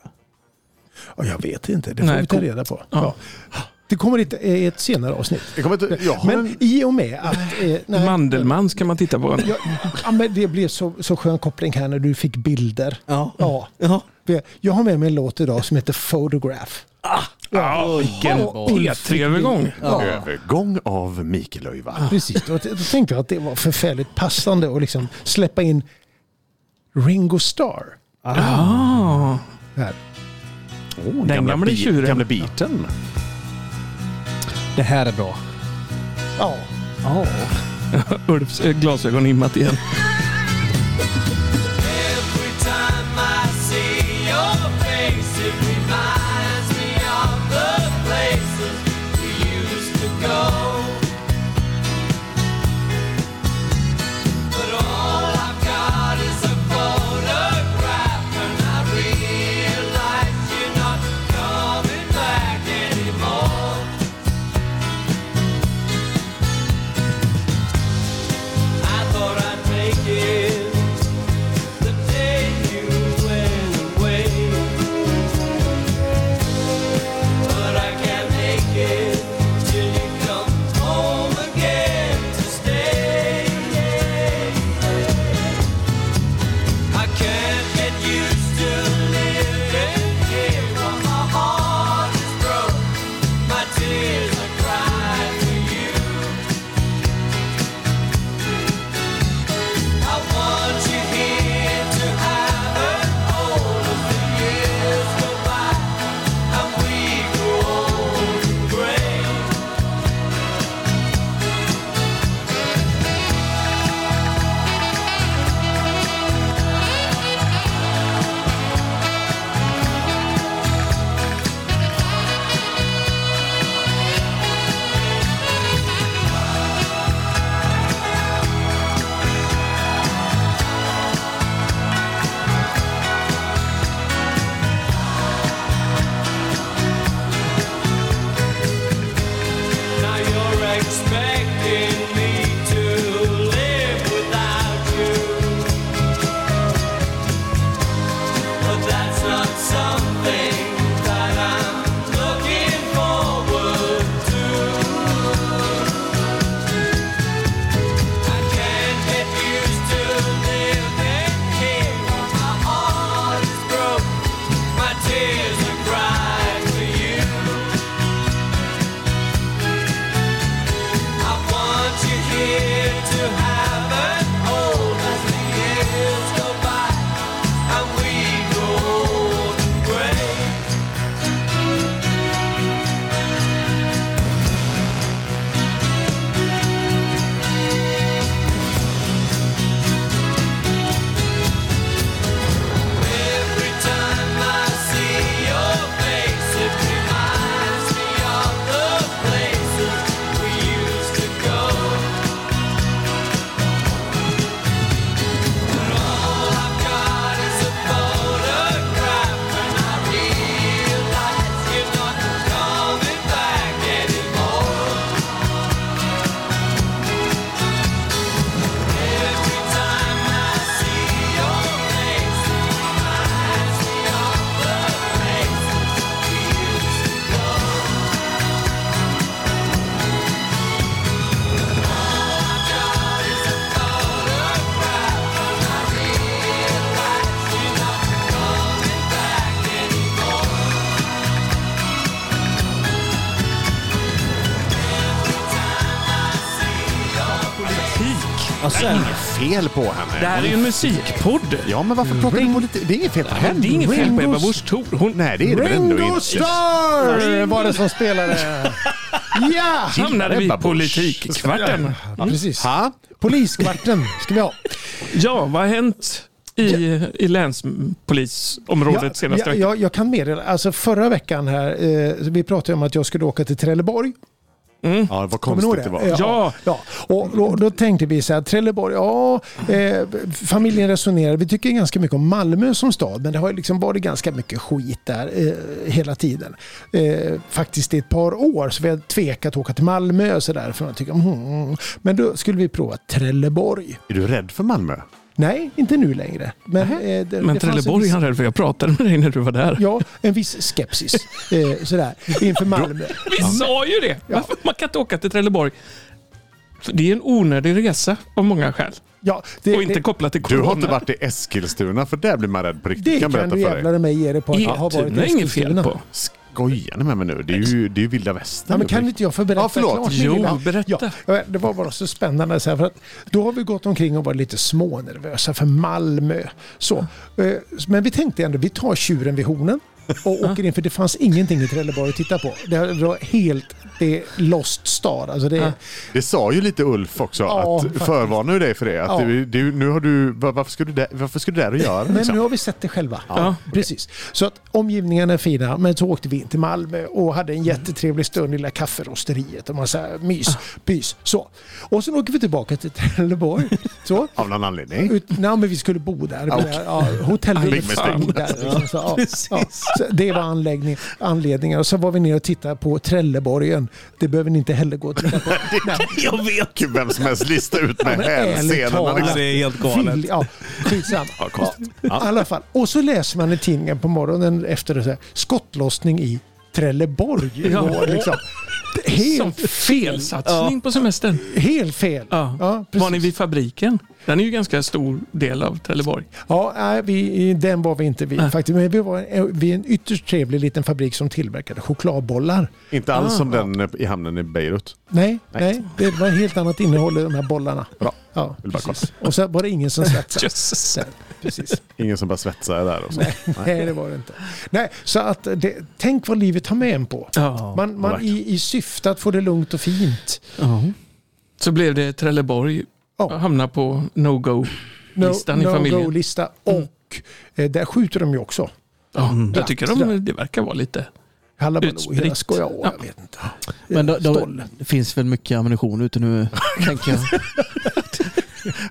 Speaker 4: Ja, jag vet inte, det får
Speaker 2: Nej,
Speaker 4: vi ta
Speaker 2: ko-
Speaker 4: reda på.
Speaker 2: Ja.
Speaker 4: Ja. Det kommer i ett, i ett senare avsnitt.
Speaker 1: Jag kommer inte, jag har
Speaker 4: Men
Speaker 1: en,
Speaker 4: i och med att... Eh, nej,
Speaker 2: Mandelmann ska man titta på.
Speaker 4: Ja, ja, men det blev så, så skön koppling här när du fick bilder.
Speaker 3: Ja.
Speaker 4: Ja.
Speaker 3: Ja.
Speaker 4: Det- Jag har med mig en låt idag som heter Photograph.
Speaker 2: Ja, vilken
Speaker 4: Ja,
Speaker 2: P3-övergång.
Speaker 4: Ja,
Speaker 1: övergång av Mikael Öiva.
Speaker 4: precis. Då, då tänkte jag att det var förfärligt passande att liksom släppa in Ringo Starr.
Speaker 2: Ah.
Speaker 4: Här.
Speaker 1: Oh,
Speaker 2: Den gamla
Speaker 1: Be-
Speaker 2: tjuren.
Speaker 1: Gamla biten.
Speaker 3: Det här är bra.
Speaker 4: Ja.
Speaker 3: Ja.
Speaker 2: Ulfs eh, glasögon immat igen.
Speaker 6: Every time I see your face, it reminds me of the places we used to go. But all I've got is a photograph, and I realize you're not coming back anymore. I thought I'd make
Speaker 3: Alltså,
Speaker 1: Det är
Speaker 2: Sen,
Speaker 1: inget fel på henne.
Speaker 2: det här är ju en musikpodd.
Speaker 1: Ja, men varför plockar du in på lite... Det är inget fel på henne.
Speaker 2: Det är inget fel på Ebba
Speaker 1: Ringo-
Speaker 2: Busch Thor. Hon
Speaker 1: Nej, det är det väl ändå
Speaker 4: Ringo
Speaker 1: inte.
Speaker 4: Starr var det som spelade. Ja!
Speaker 2: hamnade vid
Speaker 1: Ebba Busch.
Speaker 2: politikkvarten.
Speaker 4: ja precis.
Speaker 1: Ha?
Speaker 4: Poliskvarten ska vi ha.
Speaker 2: Ja, vad har hänt i, i länspolisområdet senaste
Speaker 4: jag,
Speaker 2: veckan?
Speaker 4: jag, jag kan meddela, alltså förra veckan här, eh, så vi pratade om att jag skulle åka till Trelleborg.
Speaker 1: Ja, vad
Speaker 4: Kommer ni ihåg
Speaker 1: konstigt det var.
Speaker 4: Ja.
Speaker 2: Ja.
Speaker 4: ja. Och då, då tänkte vi så här, Trelleborg, ja, eh, familjen resonerar. Vi tycker ganska mycket om Malmö som stad, men det har ju liksom varit ganska mycket skit där eh, hela tiden. Eh, faktiskt i ett par år, så vi har tvekat att åka till Malmö och så där, för man tycker, hmm. Men då skulle vi prova Trelleborg.
Speaker 1: Är du rädd för Malmö?
Speaker 4: Nej, inte nu längre. Men, eh, det,
Speaker 2: Men
Speaker 4: det fanns en
Speaker 2: Trelleborg
Speaker 4: viss-
Speaker 2: är han rädd för. Jag pratade med dig när du var där.
Speaker 4: Ja, en viss skepsis eh, sådär, inför Malmö.
Speaker 2: Vi sa ju det! Varför man kan inte åka till Trelleborg? För det är en onödig resa av många skäl.
Speaker 4: Ja, det,
Speaker 2: Och inte
Speaker 4: det,
Speaker 2: kopplat till
Speaker 1: Du
Speaker 2: corona.
Speaker 1: har inte varit i Eskilstuna för där blir man rädd på riktigt.
Speaker 4: det
Speaker 1: kan jag
Speaker 4: kan du
Speaker 1: berätta för
Speaker 4: jävlar
Speaker 1: dig.
Speaker 4: i mig ge dig på att jag har varit
Speaker 2: Eskilstuna är
Speaker 4: i
Speaker 2: inget fel
Speaker 4: Eskilstuna.
Speaker 2: på.
Speaker 1: Skojar ni med mig nu? Det är ju, det är ju vilda västern.
Speaker 4: Ja, men kan inte jag få berätta
Speaker 1: Ja, förlåt.
Speaker 4: klart?
Speaker 2: Jo,
Speaker 4: Milla?
Speaker 2: berätta.
Speaker 4: Ja, Ja, det var bara så spännande. Så här, för att då har vi gått omkring och varit lite smånervösa för Malmö. Så. eh, Men vi tänkte ändå, vi tar tjuren vid hornen och åker in. För det fanns ingenting i Trelleborg att titta på. Det var helt det är lost stad. Alltså det, är-
Speaker 1: Det sa ju lite Ulf också,
Speaker 4: Ja,
Speaker 1: att
Speaker 4: faktiskt.
Speaker 1: förvarna ju dig för det. Att
Speaker 4: Ja.
Speaker 1: du, du, nu har du, va- varför ska du där, varför ska du där och göra?
Speaker 4: Men
Speaker 1: liksom?
Speaker 4: nu har vi sett det själva.
Speaker 2: Ja.
Speaker 4: Precis. Så att omgivningarna är fina, men så åkte vi in till Malmö och hade
Speaker 2: Mm.
Speaker 4: en jättetrevlig stund i lilla kafferosteriet och massa mys, bys. Så. Och sen åker vi tillbaka till Trelleborg. Så.
Speaker 1: Av någon anledning.
Speaker 4: Ut, nej, men vi skulle bo där.
Speaker 1: Ja,
Speaker 4: Ja,
Speaker 1: okej.
Speaker 4: ja, Hotellrummet
Speaker 1: Big mistake.
Speaker 4: stod där. Liksom, så, ja, ja. Så det var anläggning, anledningar. Och så var vi ner och tittade på Trelleborgen. Det behöver ni inte heller gå och titta på.
Speaker 1: Jag vet! Vem som helst lista ut med
Speaker 4: men ärligt
Speaker 1: hälsenorna.
Speaker 4: talat.
Speaker 1: liksom.
Speaker 3: Det är helt galet.
Speaker 4: Vill- Ja, skitsamma.
Speaker 1: Ja, konstigt.
Speaker 4: I alla fall. Och så läser man i tidningen på morgonen efter det så här, skottlossning i Trelleborg
Speaker 2: Ja.
Speaker 4: igår. Liksom. Det-
Speaker 2: Som
Speaker 4: Helt,
Speaker 2: felsatsning på semestern.
Speaker 4: helt fel.
Speaker 2: Ja.
Speaker 4: precis.
Speaker 2: var ni vid fabriken? Den är ju ganska stor del av Trelleborg.
Speaker 4: Ja, nej, vi, den var vi inte vid faktiskt. Men vi var vid en ytterst trevlig liten fabrik som tillverkade chokladbollar.
Speaker 1: Inte alls som den i hamnen i Beirut.
Speaker 4: Nej, nej. det var ett helt annat innehåll i de här bollarna.
Speaker 1: Bra.
Speaker 4: Ja,
Speaker 1: Vill bara
Speaker 4: precis. Och så var det ingen som svetsade.
Speaker 2: Jösses.
Speaker 4: Där, Precis.
Speaker 1: Ingen som bara svetsar där och så.
Speaker 4: Nej, det var det inte. Nej, så att det, tänk vad livet tar med en på.
Speaker 2: Ja.
Speaker 4: Man, man i, I syfte att få det lugnt och fint.
Speaker 2: Så blev det Trelleborg.
Speaker 4: Ja.
Speaker 2: Hamna på no-go-listan i familjen. Mm.
Speaker 4: go-lista. Och eh, där skjuter de ju också.
Speaker 2: Ja, jag tycker
Speaker 4: Sådär.
Speaker 2: de, det verkar vara lite...
Speaker 4: Hallabaloo,
Speaker 2: Utspritt.
Speaker 4: hela skoja. åh,
Speaker 2: Ja.
Speaker 4: Jag vet inte.
Speaker 3: Men då, då,
Speaker 4: Stoll.
Speaker 3: det finns väl mycket ammunition ute nu, tänker jag.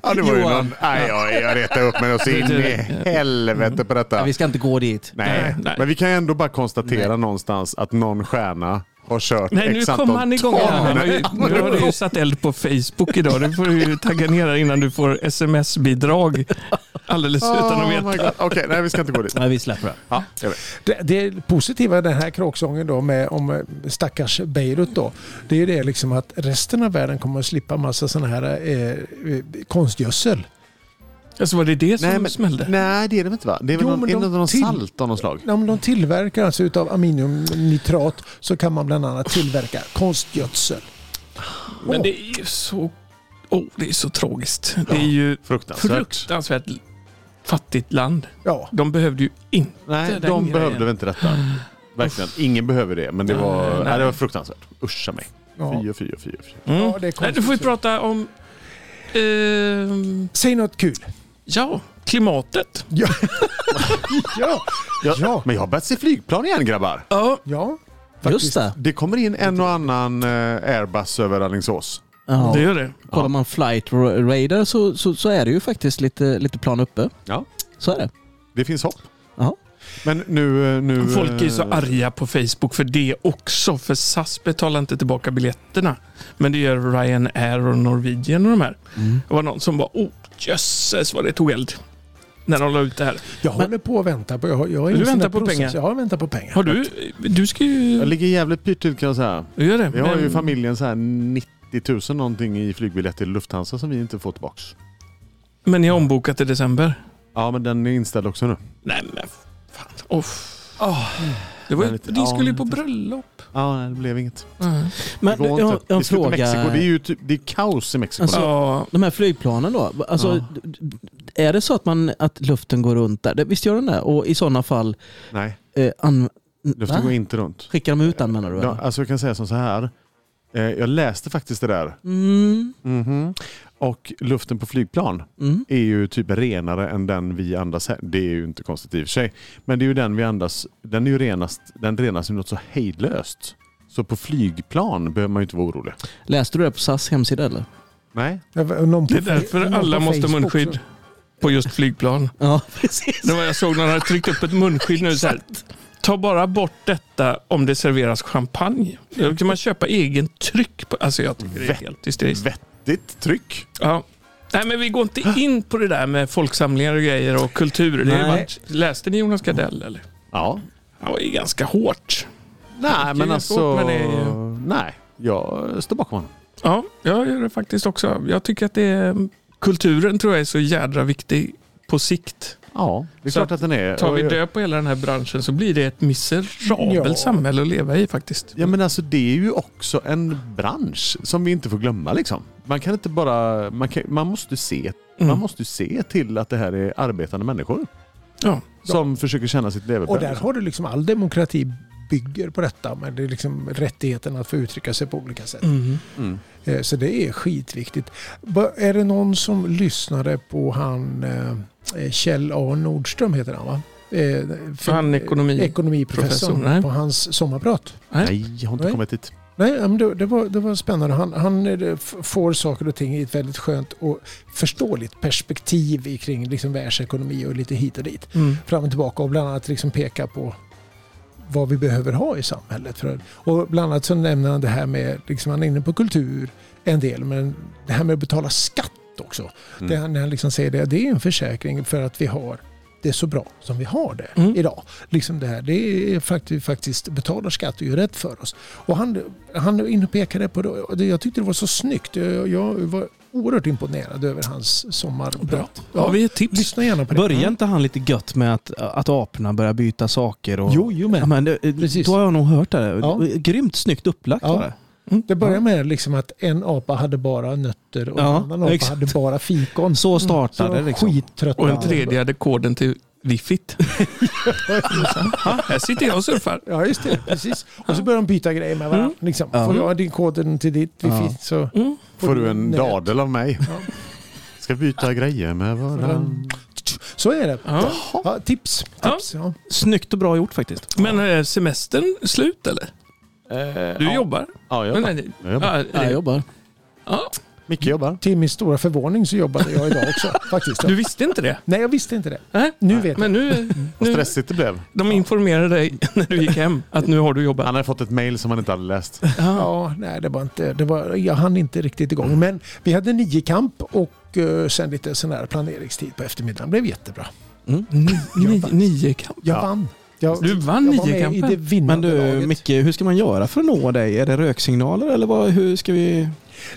Speaker 1: Ja, det var ju
Speaker 2: Johan.
Speaker 1: någon... Nej, jag, jag retar upp mig och så in i helvete på detta.
Speaker 3: Vi ska inte gå dit.
Speaker 1: Nej.
Speaker 2: Nej.
Speaker 1: men vi kan ju ändå bara konstatera någonstans att någon stjärna har kört
Speaker 2: Nej, nu
Speaker 1: x
Speaker 2: kom
Speaker 1: antal
Speaker 2: han igång.
Speaker 1: ton.
Speaker 2: här. Han har ju, nu har du ju satt eld på Facebook idag. Du får ju tagga ner här innan du får sms-bidrag. Alldeles utan att
Speaker 1: Oh my
Speaker 2: veta.
Speaker 1: God. Okej, nej vi ska inte gå dit.
Speaker 3: Nej, vi släpper det.
Speaker 1: Ja, jag vet.
Speaker 4: Det, det positiva i den här kråksången då med, om eh, stackars Beirut då. Det är ju det liksom att resten av världen kommer att slippa massa sådana här eh, eh, konstgödsel.
Speaker 2: Alltså var det det som
Speaker 1: nej, men,
Speaker 2: smällde?
Speaker 1: nej, det är det väl inte va? Det är väl
Speaker 4: Jo,
Speaker 1: någon,
Speaker 4: men
Speaker 1: är det
Speaker 4: de
Speaker 1: någon
Speaker 4: till-
Speaker 1: salt av något slag?
Speaker 4: Om de tillverkar alltså utav aluminiumnitrat så kan man bland annat tillverka konstgödsel.
Speaker 2: Men det är ju så... Oh, det är så tragiskt. Det är ju
Speaker 1: Fruktansvärt.
Speaker 2: fruktansvärt fattigt land.
Speaker 4: Ja,
Speaker 2: De behövde ju inte
Speaker 1: Nej,
Speaker 2: den
Speaker 1: de
Speaker 2: grejen.
Speaker 1: behövde väl inte detta. Verkligen, ingen behöver det. Men det var, nej,
Speaker 2: Nej.
Speaker 1: det var fruktansvärt. Uscha mig.
Speaker 4: ja.
Speaker 1: Fy och fy och fy. och fy.
Speaker 2: Mm.
Speaker 4: ja det är
Speaker 2: Nej, du får vi
Speaker 4: konstigt.
Speaker 2: prata om... ehm,
Speaker 4: Säg något kul.
Speaker 2: ja, klimatet.
Speaker 4: Ja. ja.
Speaker 1: Ja,
Speaker 4: Ja.
Speaker 1: Men jag har börjat se flygplan igen grabbar.
Speaker 2: Ja,
Speaker 4: ja.
Speaker 3: Just det.
Speaker 1: Det kommer in en och annan eh, Airbus över Alingsås.
Speaker 3: Ja.
Speaker 2: det gör det.
Speaker 3: Kollar man flight ra- radar så, så, så är det ju faktiskt lite, lite plan uppe.
Speaker 1: Ja.
Speaker 3: Så är det.
Speaker 1: Det finns hopp.
Speaker 3: Ja.
Speaker 1: Men nu... eh, nu
Speaker 2: Folk är ju så
Speaker 1: eh,
Speaker 2: arga på Facebook för det också. För SAS betalar inte tillbaka biljetterna. Men det gör Ryanair och Norwegian och de här.
Speaker 1: Mm.
Speaker 2: Det var någon som bara, oh jösses vad det tog eld. När de la ut det här.
Speaker 4: Jag håller på och väntar på... Jag, har- jag har
Speaker 2: Du
Speaker 4: ingen sån
Speaker 2: väntar
Speaker 4: där
Speaker 2: på
Speaker 4: process.
Speaker 2: pengar?
Speaker 4: Ja, Jag väntar på pengar.
Speaker 2: Har du, du ska ju...
Speaker 1: Jag ligger jävligt pyrt till kan jag säga.
Speaker 2: Du gör det.
Speaker 1: Vi har
Speaker 2: men-
Speaker 1: ju familjen så här 90 000 någonting i flygbiljett till Lufthansa som vi inte får tillbaks.
Speaker 2: Men ni har ombokat i december?
Speaker 1: Ja, men den är inställd också nu.
Speaker 2: Nej men fan. Uff. Det var
Speaker 1: Men
Speaker 2: ju,
Speaker 1: Ah. lite-
Speaker 2: de skulle ju
Speaker 1: ja,
Speaker 2: på
Speaker 1: lite-
Speaker 2: bröllop.
Speaker 1: Ja, nej, det blev inget.
Speaker 3: Men
Speaker 1: det går
Speaker 3: jag,
Speaker 1: inte.
Speaker 3: jag har
Speaker 1: Vi
Speaker 3: en
Speaker 1: ska till
Speaker 3: fråga.
Speaker 1: Mexiko. Det är ju typ, det är kaos i Mexiko.
Speaker 3: Alltså-
Speaker 2: Ja,
Speaker 3: De här flygplanen då, alltså,
Speaker 1: Ja.
Speaker 3: d- d- är det så att, man, att luften går runt där? Det- Visst gör den det? Och i sådana fall,
Speaker 1: nej,
Speaker 3: eh, an,
Speaker 1: luften
Speaker 3: va?
Speaker 1: går inte runt.
Speaker 3: skickar de ut den menar du?
Speaker 1: Ja,
Speaker 3: eller?
Speaker 1: alltså jag kan säga som så här. Eh, Jag läste faktiskt det där. Mhm.
Speaker 3: Mm,
Speaker 1: Och luften på flygplan
Speaker 3: mm.
Speaker 1: är ju typ renare än den vi andas här. Det är ju inte konstigt i och för sig. Men det är ju den vi andas. Den är ju renast. Den renas ju något så hejdlöst. Så på flygplan behöver man ju inte vara orolig.
Speaker 3: Läste du det på SAS hemsida eller?
Speaker 1: Nej,
Speaker 4: Det var någon på
Speaker 2: det är
Speaker 4: fe-
Speaker 2: därför
Speaker 4: någon på
Speaker 2: alla måste ha
Speaker 4: Facebook
Speaker 2: munskydd
Speaker 4: som-
Speaker 2: på just flygplan.
Speaker 3: Ja, precis.
Speaker 2: Det var jag såg när han hade tryckt upp ett munskydd nu. Så här. Ta bara bort detta om det serveras champagne. Då kan man köpa egen tryck. På. Alltså jag tycker det är helt hysteriskt.
Speaker 1: vettigt tryck.
Speaker 2: Ja. Nej men vi går inte in på det där med folksamlingar och grejer och kultur. Det har ju
Speaker 3: Nej.
Speaker 2: varit, läste ni Jonas Gardell eller?
Speaker 1: Ja.
Speaker 2: Han var ju ganska hårt.
Speaker 1: Nej, men
Speaker 2: är
Speaker 1: alltså.
Speaker 2: svårt, men det är
Speaker 1: Nej, jag står bakom honom.
Speaker 2: Ja, jag gör det faktiskt också. Jag tycker att det är, kulturen tror jag är så jädra viktig på sikt.
Speaker 1: Ja, det är
Speaker 2: Så
Speaker 1: klart att den är.
Speaker 2: Tar vi
Speaker 1: Och-
Speaker 2: död på hela den här branschen så blir det ett miserabelt
Speaker 4: Ja.
Speaker 2: samhälle att leva i faktiskt.
Speaker 1: Ja men alltså det är ju också en bransch som vi inte får glömma liksom. Man kan inte bara, man, kan, man måste se, man
Speaker 2: Mm.
Speaker 1: måste se till att det här är arbetande människor.
Speaker 2: Ja.
Speaker 1: Som försöker känna sitt
Speaker 4: Och
Speaker 1: levebröd.
Speaker 4: där har du liksom all demokrati bygger på detta. Men det är liksom rättigheten att få uttrycka sig på olika sätt.
Speaker 2: Mm.
Speaker 1: Mm.
Speaker 4: Eh, Så det är skitviktigt. Va- Är det någon som lyssnade på han eh, Kjell A Nordström heter han va? Eh, fin-
Speaker 2: Han ekonomi-
Speaker 4: eh, ekonomiprofessorn
Speaker 2: professor, nej.
Speaker 4: på hans sommarprat.
Speaker 1: Nej, jag har inte
Speaker 4: Nej.
Speaker 1: kommit dit.
Speaker 4: Nej, ja, men det, det, var, det var spännande. Han, han eh, f- får saker och ting i ett väldigt skönt och förståeligt perspektiv i kring liksom världsekonomi och lite hit och dit.
Speaker 2: Mm.
Speaker 4: Fram och tillbaka och bland annat liksom peka på vad vi behöver ha i samhället. För, och bland annat så nämner han det här med, liksom, han är inne på kultur en del, men det här med att betala skatt också.
Speaker 1: Mm.
Speaker 4: Det, han- när han liksom säger det, det är en försäkring för att vi har det så bra som vi har det
Speaker 2: Mm.
Speaker 4: idag. Liksom det här, det är faktiskt, vi faktiskt betalar skatt och gör rätt för oss. Och han, han inne och pekade på det och det- jag tyckte det var så snyggt. Jag, jag var oerhört imponerad över hans
Speaker 2: Bra.
Speaker 4: sommarprat.
Speaker 2: Har vi ett tips?
Speaker 4: Lyssna gärna på det.
Speaker 3: Börjar inte han lite gött med att, att aporna börjar byta saker? Och,
Speaker 4: Jo, jo men.
Speaker 3: Ja, men det,
Speaker 4: Precis.
Speaker 3: Då har jag nog hört det. där.
Speaker 4: Ja.
Speaker 3: Grymt snyggt upplagt
Speaker 4: Ja.
Speaker 3: var det.
Speaker 4: Det börjar med liksom att en apa hade bara nötter och
Speaker 3: Ja,
Speaker 4: en annan apa
Speaker 3: exakt.
Speaker 4: hade bara fikon. Så
Speaker 1: Mm.
Speaker 3: Så
Speaker 4: de
Speaker 3: startade
Speaker 4: var
Speaker 3: det. Liksom.
Speaker 4: skittrötta.
Speaker 2: Och en tredje hade koden till Wiffit. Ja, här sitter jag och surfar.
Speaker 4: Ja, just det. Precis. Och så börjar de byta grejer med varandra. Liksom.
Speaker 3: Ja.
Speaker 4: Får jag din koden till ditt wifi
Speaker 3: Ja.
Speaker 4: så
Speaker 2: Mm.
Speaker 1: Får du en
Speaker 4: nät.
Speaker 1: dadel av mig?
Speaker 4: Ja.
Speaker 1: Ska byta grejer med varann.
Speaker 4: Så är det.
Speaker 2: Ja.
Speaker 4: Ja, tips.
Speaker 2: Ja.
Speaker 4: tips. Ja.
Speaker 3: Snyggt och bra gjort faktiskt.
Speaker 2: Men är semestern slut eller? Du
Speaker 1: Eh, ja.
Speaker 2: jobbar?
Speaker 1: Ja, jag
Speaker 2: Men,
Speaker 1: jobbar.
Speaker 2: nej,
Speaker 1: Jag jobbar.
Speaker 2: ja, eh,
Speaker 3: Ja, jag jobbar.
Speaker 2: ja.
Speaker 1: Micke jobbar.
Speaker 4: Till min stora förvåning så jobbade jag idag också. faktiskt.
Speaker 2: Du visste inte det?
Speaker 4: Nej, jag visste inte det.
Speaker 2: Nej.
Speaker 4: Nu vet jag.
Speaker 2: Men nu,
Speaker 1: Vad
Speaker 2: nu,
Speaker 1: stressigt det blev.
Speaker 2: de informerade dig när du gick hem att nu har du jobbat.
Speaker 1: Han hade fått ett mail som han inte hade läst.
Speaker 4: Ja, nej, det var inte, det var, jag hann inte riktigt igång. Men vi hade nio kamp och eh, sen lite sån här planeringstid på eftermiddagen. Det blev jättebra.
Speaker 2: Ni- ni- Nio kamp.
Speaker 4: Jag
Speaker 1: Ja.
Speaker 4: vann. Jag,
Speaker 2: Du vann
Speaker 4: jag var med i det
Speaker 2: niokampen.
Speaker 3: Men
Speaker 4: vinnande
Speaker 3: du
Speaker 4: laget.
Speaker 3: Micke, hur ska man göra för att nå dig? Är det röksignaler eller vad, hur ska vi?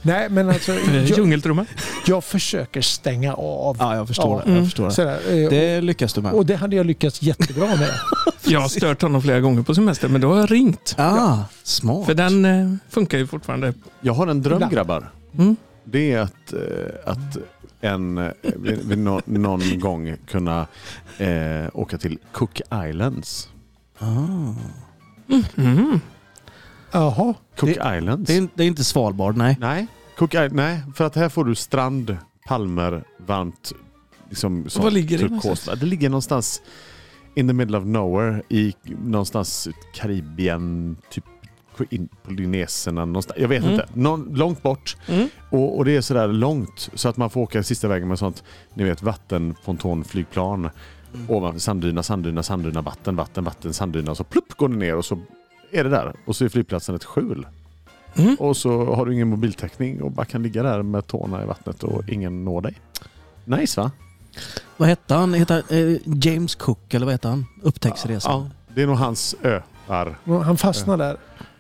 Speaker 4: Nej, men alltså,
Speaker 2: Eh,
Speaker 4: jag,
Speaker 2: Djungeltrumma.
Speaker 4: jag försöker stänga av.
Speaker 3: Ja, Mm. jag förstår
Speaker 4: Ja.
Speaker 3: det. Jag förstår det.
Speaker 4: Sådär, eh,
Speaker 3: Det lyckas du med.
Speaker 4: Och det hade jag lyckats jättebra med.
Speaker 2: Jag har stört honom flera gånger på semester, men då har jag ringt.
Speaker 3: ah, smart.
Speaker 2: För den eh, funkar ju fortfarande.
Speaker 1: Jag har en dröm
Speaker 4: Ibland.
Speaker 1: grabbar.
Speaker 2: Mm.
Speaker 1: Det är att, eh, att en, eh, vid, vid nå- någon gång kunna eh, åka till Cook Islands.
Speaker 3: Ah.
Speaker 2: Mm.
Speaker 4: Jaha.
Speaker 1: Cook
Speaker 4: Det-
Speaker 1: Islands?
Speaker 3: Det, är, det är inte Svalbard, nej.
Speaker 1: Nej. Cook I- nej, för att här får du strand, palmer, varmt. Liksom, sånt
Speaker 2: Var ligger det
Speaker 1: turkost. Det ligger någonstans in the middle of nowhere i någonstans Karibien, typ in- Polyneserna någonstans. Jag vet
Speaker 2: Mm.
Speaker 1: inte. Någon, långt bort.
Speaker 2: Mm.
Speaker 1: Och, och det är sådär långt så att man får åka sista vägen med sånt, ni vet vattenfontanflygplan.
Speaker 2: Mm.
Speaker 1: Ovanför sanddyna, sanddyna, sanddyna, vatten, vatten, vatten, sanddyna. Så plupp går det ner och så är det där. Och så är flygplatsen ett skjul.
Speaker 2: Mm.
Speaker 1: Och så har du ingen mobiltäckning och bara kan ligga där med tårna i vattnet och ingen når dig. Nice va?
Speaker 3: Vad hette han? Hette han eh, James Cook eller vad hette han? Upptäcktsresan.
Speaker 1: Det är nog hans öar.
Speaker 4: Han fastnar där.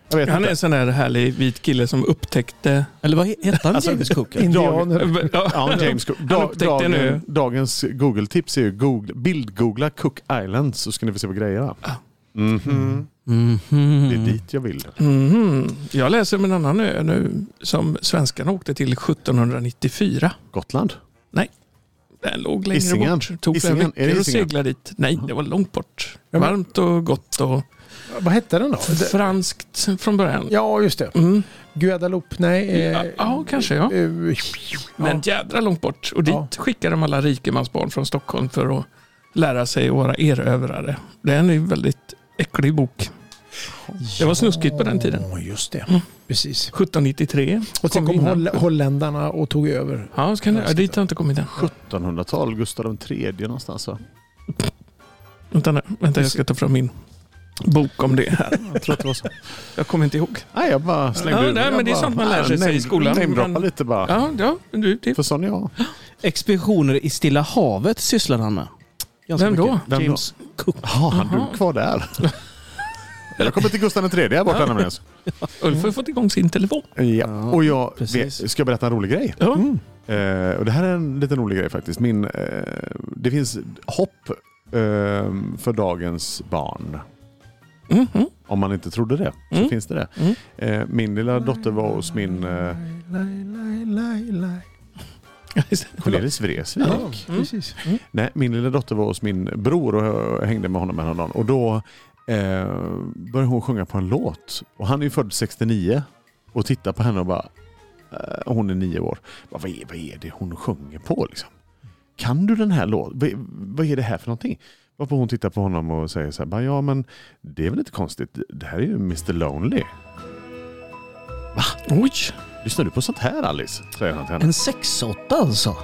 Speaker 1: Jag vet
Speaker 2: Han är
Speaker 1: inte.
Speaker 2: en sån där härlig vit kille som upptäckte...
Speaker 3: Eller vad he- hette han James Cook? eller?
Speaker 4: Indianer.
Speaker 1: Ja, James Cook. Da,
Speaker 2: upptäckte
Speaker 1: dagen,
Speaker 2: nu. Ah.
Speaker 1: Dagens Google-tips är ju Google, bildgoogla Cook Islands så ska ni få se på grejerna. Det är dit jag vill.
Speaker 2: Mhm. Jag läser om en annan ö nu som svenskarna åkte till 1794.
Speaker 1: Gotland.
Speaker 2: Den låg längre
Speaker 1: Hisingen.
Speaker 2: bort. Tog flera
Speaker 1: Hisingen. Är det
Speaker 2: veckor att
Speaker 1: Hisingen?
Speaker 2: segla dit. Nej, det var långt bort.
Speaker 4: men-
Speaker 2: Varmt och gott och
Speaker 4: Vad hette den då? Det-
Speaker 2: franskt från början.
Speaker 4: Ja, just det.
Speaker 2: Mm.
Speaker 4: Guadeloupe, nej. eh,
Speaker 2: Ja, ja, kanske ja.
Speaker 4: eh,
Speaker 2: Men jädra långt bort. Och dit
Speaker 4: Ja.
Speaker 2: skickar de alla rikemansbarn från Stockholm för att lära sig att vara erövrare. Det är en väldigt äcklig bok. Det var snuskigt på den tiden.
Speaker 4: Ja, just det.
Speaker 2: Mm.
Speaker 4: Precis.
Speaker 2: 1793.
Speaker 4: Och sen
Speaker 2: Kom
Speaker 4: kom
Speaker 2: innan.
Speaker 4: holl holländarna och tog över.
Speaker 2: Ja, så kan det, ja, dit har jag inte kommit än.
Speaker 1: 1700-tal, Gustav III någonstans va?
Speaker 2: Vänta, nu, vänta, jag ska ta fram min bok om det här.
Speaker 1: Jag tror att det var så.
Speaker 2: Jag kommer inte ihåg.
Speaker 1: Nej, jag bara slängde
Speaker 2: Ja,
Speaker 1: ur
Speaker 2: nej,
Speaker 1: jag
Speaker 2: men det är
Speaker 1: bara-
Speaker 2: sånt man lär sig
Speaker 1: Ja,
Speaker 2: sig i
Speaker 1: name-
Speaker 2: skolan,
Speaker 1: namedroppa
Speaker 2: men-
Speaker 1: lite bara.
Speaker 2: Ja, ja du, det,
Speaker 1: För sån är jag.
Speaker 3: Expeditioner i Stilla havet sysslar han med. Ganska
Speaker 2: Vem då?
Speaker 3: mycket.
Speaker 1: Vem då?
Speaker 3: James Cook.
Speaker 1: Jaha, han dog kvar där. Jag kommer till Gustav III här borta nämligen.
Speaker 2: Ulf har fått igång sin telefon.
Speaker 1: Ja. Och jag
Speaker 3: precis.
Speaker 1: vet, ska jag berätta en rolig grej?
Speaker 2: Ja.
Speaker 1: Eh, och det här är en liten rolig grej faktiskt. Min, eh, det finns hopp eh, för dagens barn.
Speaker 2: Mhm.
Speaker 1: Om man inte trodde det, så
Speaker 2: Mm.
Speaker 1: finns det det.
Speaker 2: Mm.
Speaker 1: Eh, min lilla dotter var hos min eh, Cornelis Vreeswijk.
Speaker 4: Ja, precis.
Speaker 2: Mm.
Speaker 1: Nej, min lilla dotter var hos min bror och eh, hängde med honom en dag. Och då eh, började hon sjunga på en låt. Och han är ju född 69 och tittar på henne och bara, eh, hon är nio år. Bara, vad, är, vad är det hon sjunger på liksom? Kan du den här låten? Vad, vad är det här för någonting? Varpå hon tittar på honom och säger så här, bara, ja men det är väl inte konstigt. Det här är ju Mr Lonely.
Speaker 2: Oj,
Speaker 1: Lyssnar du på sånt här Alice? Säger han till henne.
Speaker 3: En sexåtta alltså.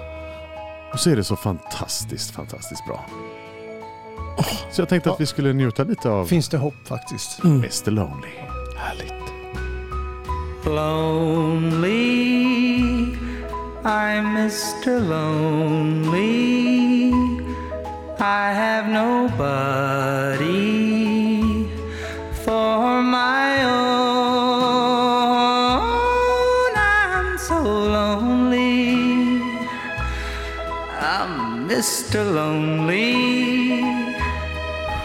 Speaker 1: Och så är det så fantastiskt, fantastiskt bra. Så jag tänkte att vi skulle njuta lite av
Speaker 4: Finns det hopp faktiskt?
Speaker 2: Mm.
Speaker 1: Mr Lonely.
Speaker 2: härligt.
Speaker 5: Lonely, I'm Mr. Lonely. I have nobody for my own. I'm so lonely. I'm Mr. Lonely.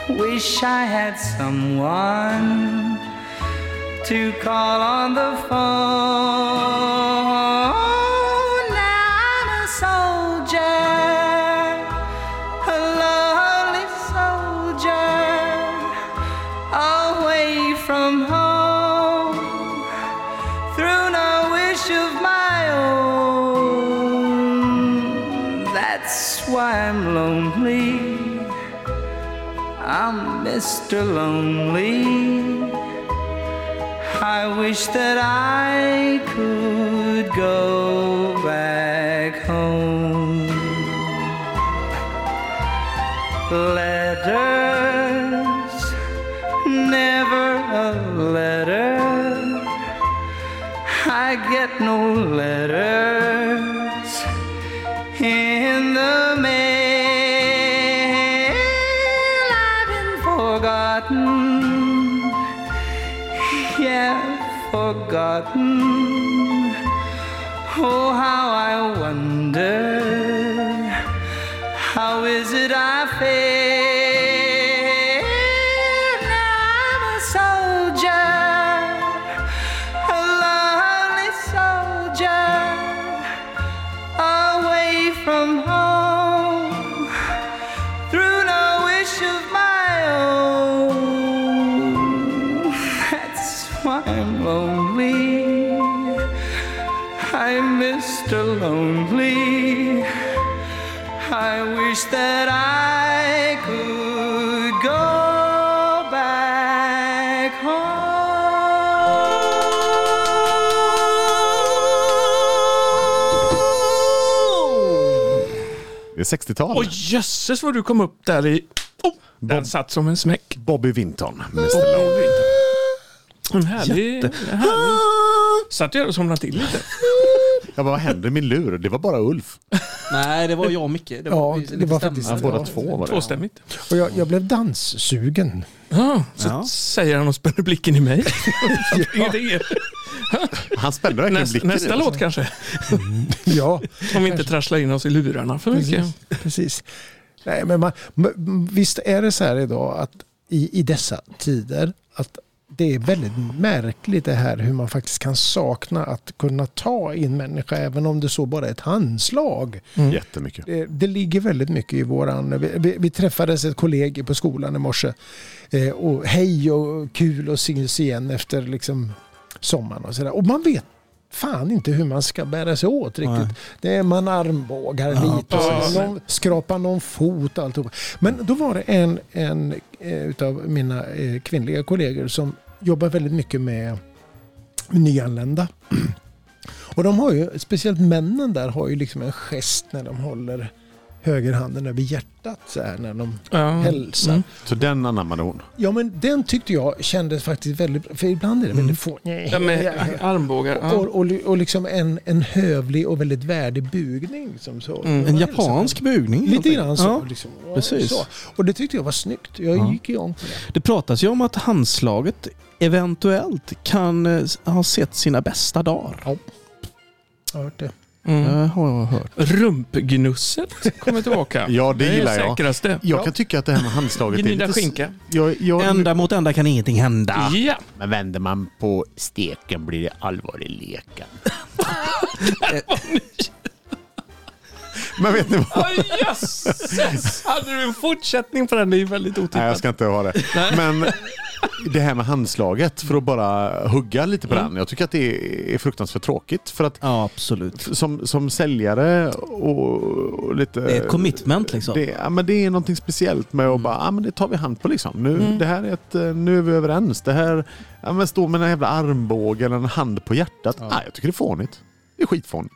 Speaker 5: Wish I had someone to call on the phone. Now I'm a soldier, a lonely soldier, away from home, through no wish of my own. That's why I'm lonely. I'm Mr. Lonely. I wish that I could go back home. Letters, never a letter. I get no letters in the mail. I've been forgotten yeah, forgotten. Oh, how I wonder, how is it I fare? Now I'm a soldier, a lonely soldier, away from home through no wish of my own. That's why I'm lonely. I'm Mr. Lonely. I wish that I could go back home.
Speaker 1: Det är 60-tal.
Speaker 2: Oj, jösses vad du kom upp där i... Oh, den satt som en smäck.
Speaker 1: Bobby Vinton.
Speaker 2: Mr.
Speaker 1: Mr. Lonely.
Speaker 2: Lonely. En härlig... härlig. Satt jag och somnade till lite?
Speaker 1: Jag bara, vad hände med min lur? Det var bara Ulf.
Speaker 3: Nej, det var jag och Micke. Det
Speaker 4: Ja,
Speaker 3: vi-
Speaker 4: det var
Speaker 3: stämmer.
Speaker 4: faktiskt-
Speaker 1: Ja, båda två var det.
Speaker 2: Tvåstämmigt.
Speaker 4: Och jag, jag blev danssugen.
Speaker 2: Ja, så
Speaker 3: Ja.
Speaker 2: säger han och spänner blicken i mig. Ingen idé.
Speaker 1: Han spände verkligen
Speaker 2: Näst,
Speaker 1: blicken. i
Speaker 2: nästa
Speaker 1: det.
Speaker 2: låt kanske.
Speaker 4: Ja,
Speaker 2: Om vi inte trasslar in oss i lurarna för mycket.
Speaker 4: precis. Nej, men man, men visst är det så här idag att i, i dessa tider att det är väldigt märkligt det här hur man faktiskt kan sakna att kunna ta in människa även om det så bara är ett handslag.
Speaker 1: Mm.
Speaker 2: Mm.
Speaker 1: Jättemycket.
Speaker 4: Det, det ligger väldigt mycket i våran... Vi, vi, vi träffades ett kollegium på skolan i morse. Eh, och hej och kul och syns igen efter liksom sommaren och sådär. Och man vet fan inte hur man ska bära sig åt riktigt.
Speaker 3: Nej.
Speaker 4: Det är man armbågar
Speaker 3: Ja,
Speaker 4: lite och
Speaker 2: precis.
Speaker 4: så någon, skrapar någon fot och alltihopa. Men då var det en, en eh, utav mina eh, kvinnliga kollegor som jobbar väldigt mycket med nyanlända. Och de har ju, speciellt männen där, har ju liksom en gest när de håller högerhanden över hjärtat så här när de
Speaker 2: Ja.
Speaker 4: hälsar.
Speaker 2: Mm.
Speaker 1: Så den anammade hon.
Speaker 4: Ja men den tyckte jag kändes faktiskt väldigt bra, för ibland är det väldigt få...
Speaker 2: Ja, med armbågar.
Speaker 4: Och,
Speaker 2: Ja.
Speaker 4: och, och liksom en, en hövlig och väldigt värdig bugning. Liksom så.
Speaker 2: Mm,
Speaker 3: En japansk bugning. helt
Speaker 4: Lite
Speaker 3: enkelt.
Speaker 4: grann så.
Speaker 3: Ja.
Speaker 4: Liksom. Ja,
Speaker 3: precis.
Speaker 4: så. Och det tyckte jag var snyggt. Jag
Speaker 3: Ja.
Speaker 4: gick igång på det.
Speaker 3: Det pratas ju om att handslaget eventuellt kan eh, ha sett sina bästa dagar.
Speaker 4: Jag har hört det.
Speaker 2: Mm.
Speaker 3: Det har jag hört.
Speaker 2: Rumpgnusset kommer tillbaka.
Speaker 1: Ja, det gillar
Speaker 2: är
Speaker 1: jag.
Speaker 2: säkraste.
Speaker 1: Jag kan tycka att det här med handslaget är
Speaker 2: Gnida
Speaker 1: lite...
Speaker 2: skinka.
Speaker 1: Jag, jag,
Speaker 3: Ända mot ända kan ingenting hända.
Speaker 1: Ah.
Speaker 2: Ja.
Speaker 1: Men vänder man på steken blir det allvarlig lekan. Men vet ni vad?
Speaker 2: Aj, jösses! Hade du en fortsättning på den? Det är ju väldigt
Speaker 1: Nej, jag
Speaker 2: otippat.
Speaker 1: ska inte ha det. Men det här med handslaget, för att bara hugga lite
Speaker 2: Mm.
Speaker 1: på den. Jag tycker att det är fruktansvärt tråkigt. För att
Speaker 3: Ja, absolut.
Speaker 1: som, som säljare och, och lite...
Speaker 3: Det är ett commitment Mm. liksom.
Speaker 1: Eh, Det, ja, men det är någonting speciellt med att bara, ja, men det tar vi hand på liksom. Nu,
Speaker 2: Mm.
Speaker 1: det här är ett, eh, nu är vi överens. Det här, ja, men stå med en jävla armbåge eller en hand på hjärtat. Nej, jag tycker det är fånigt. Det är skitfånigt.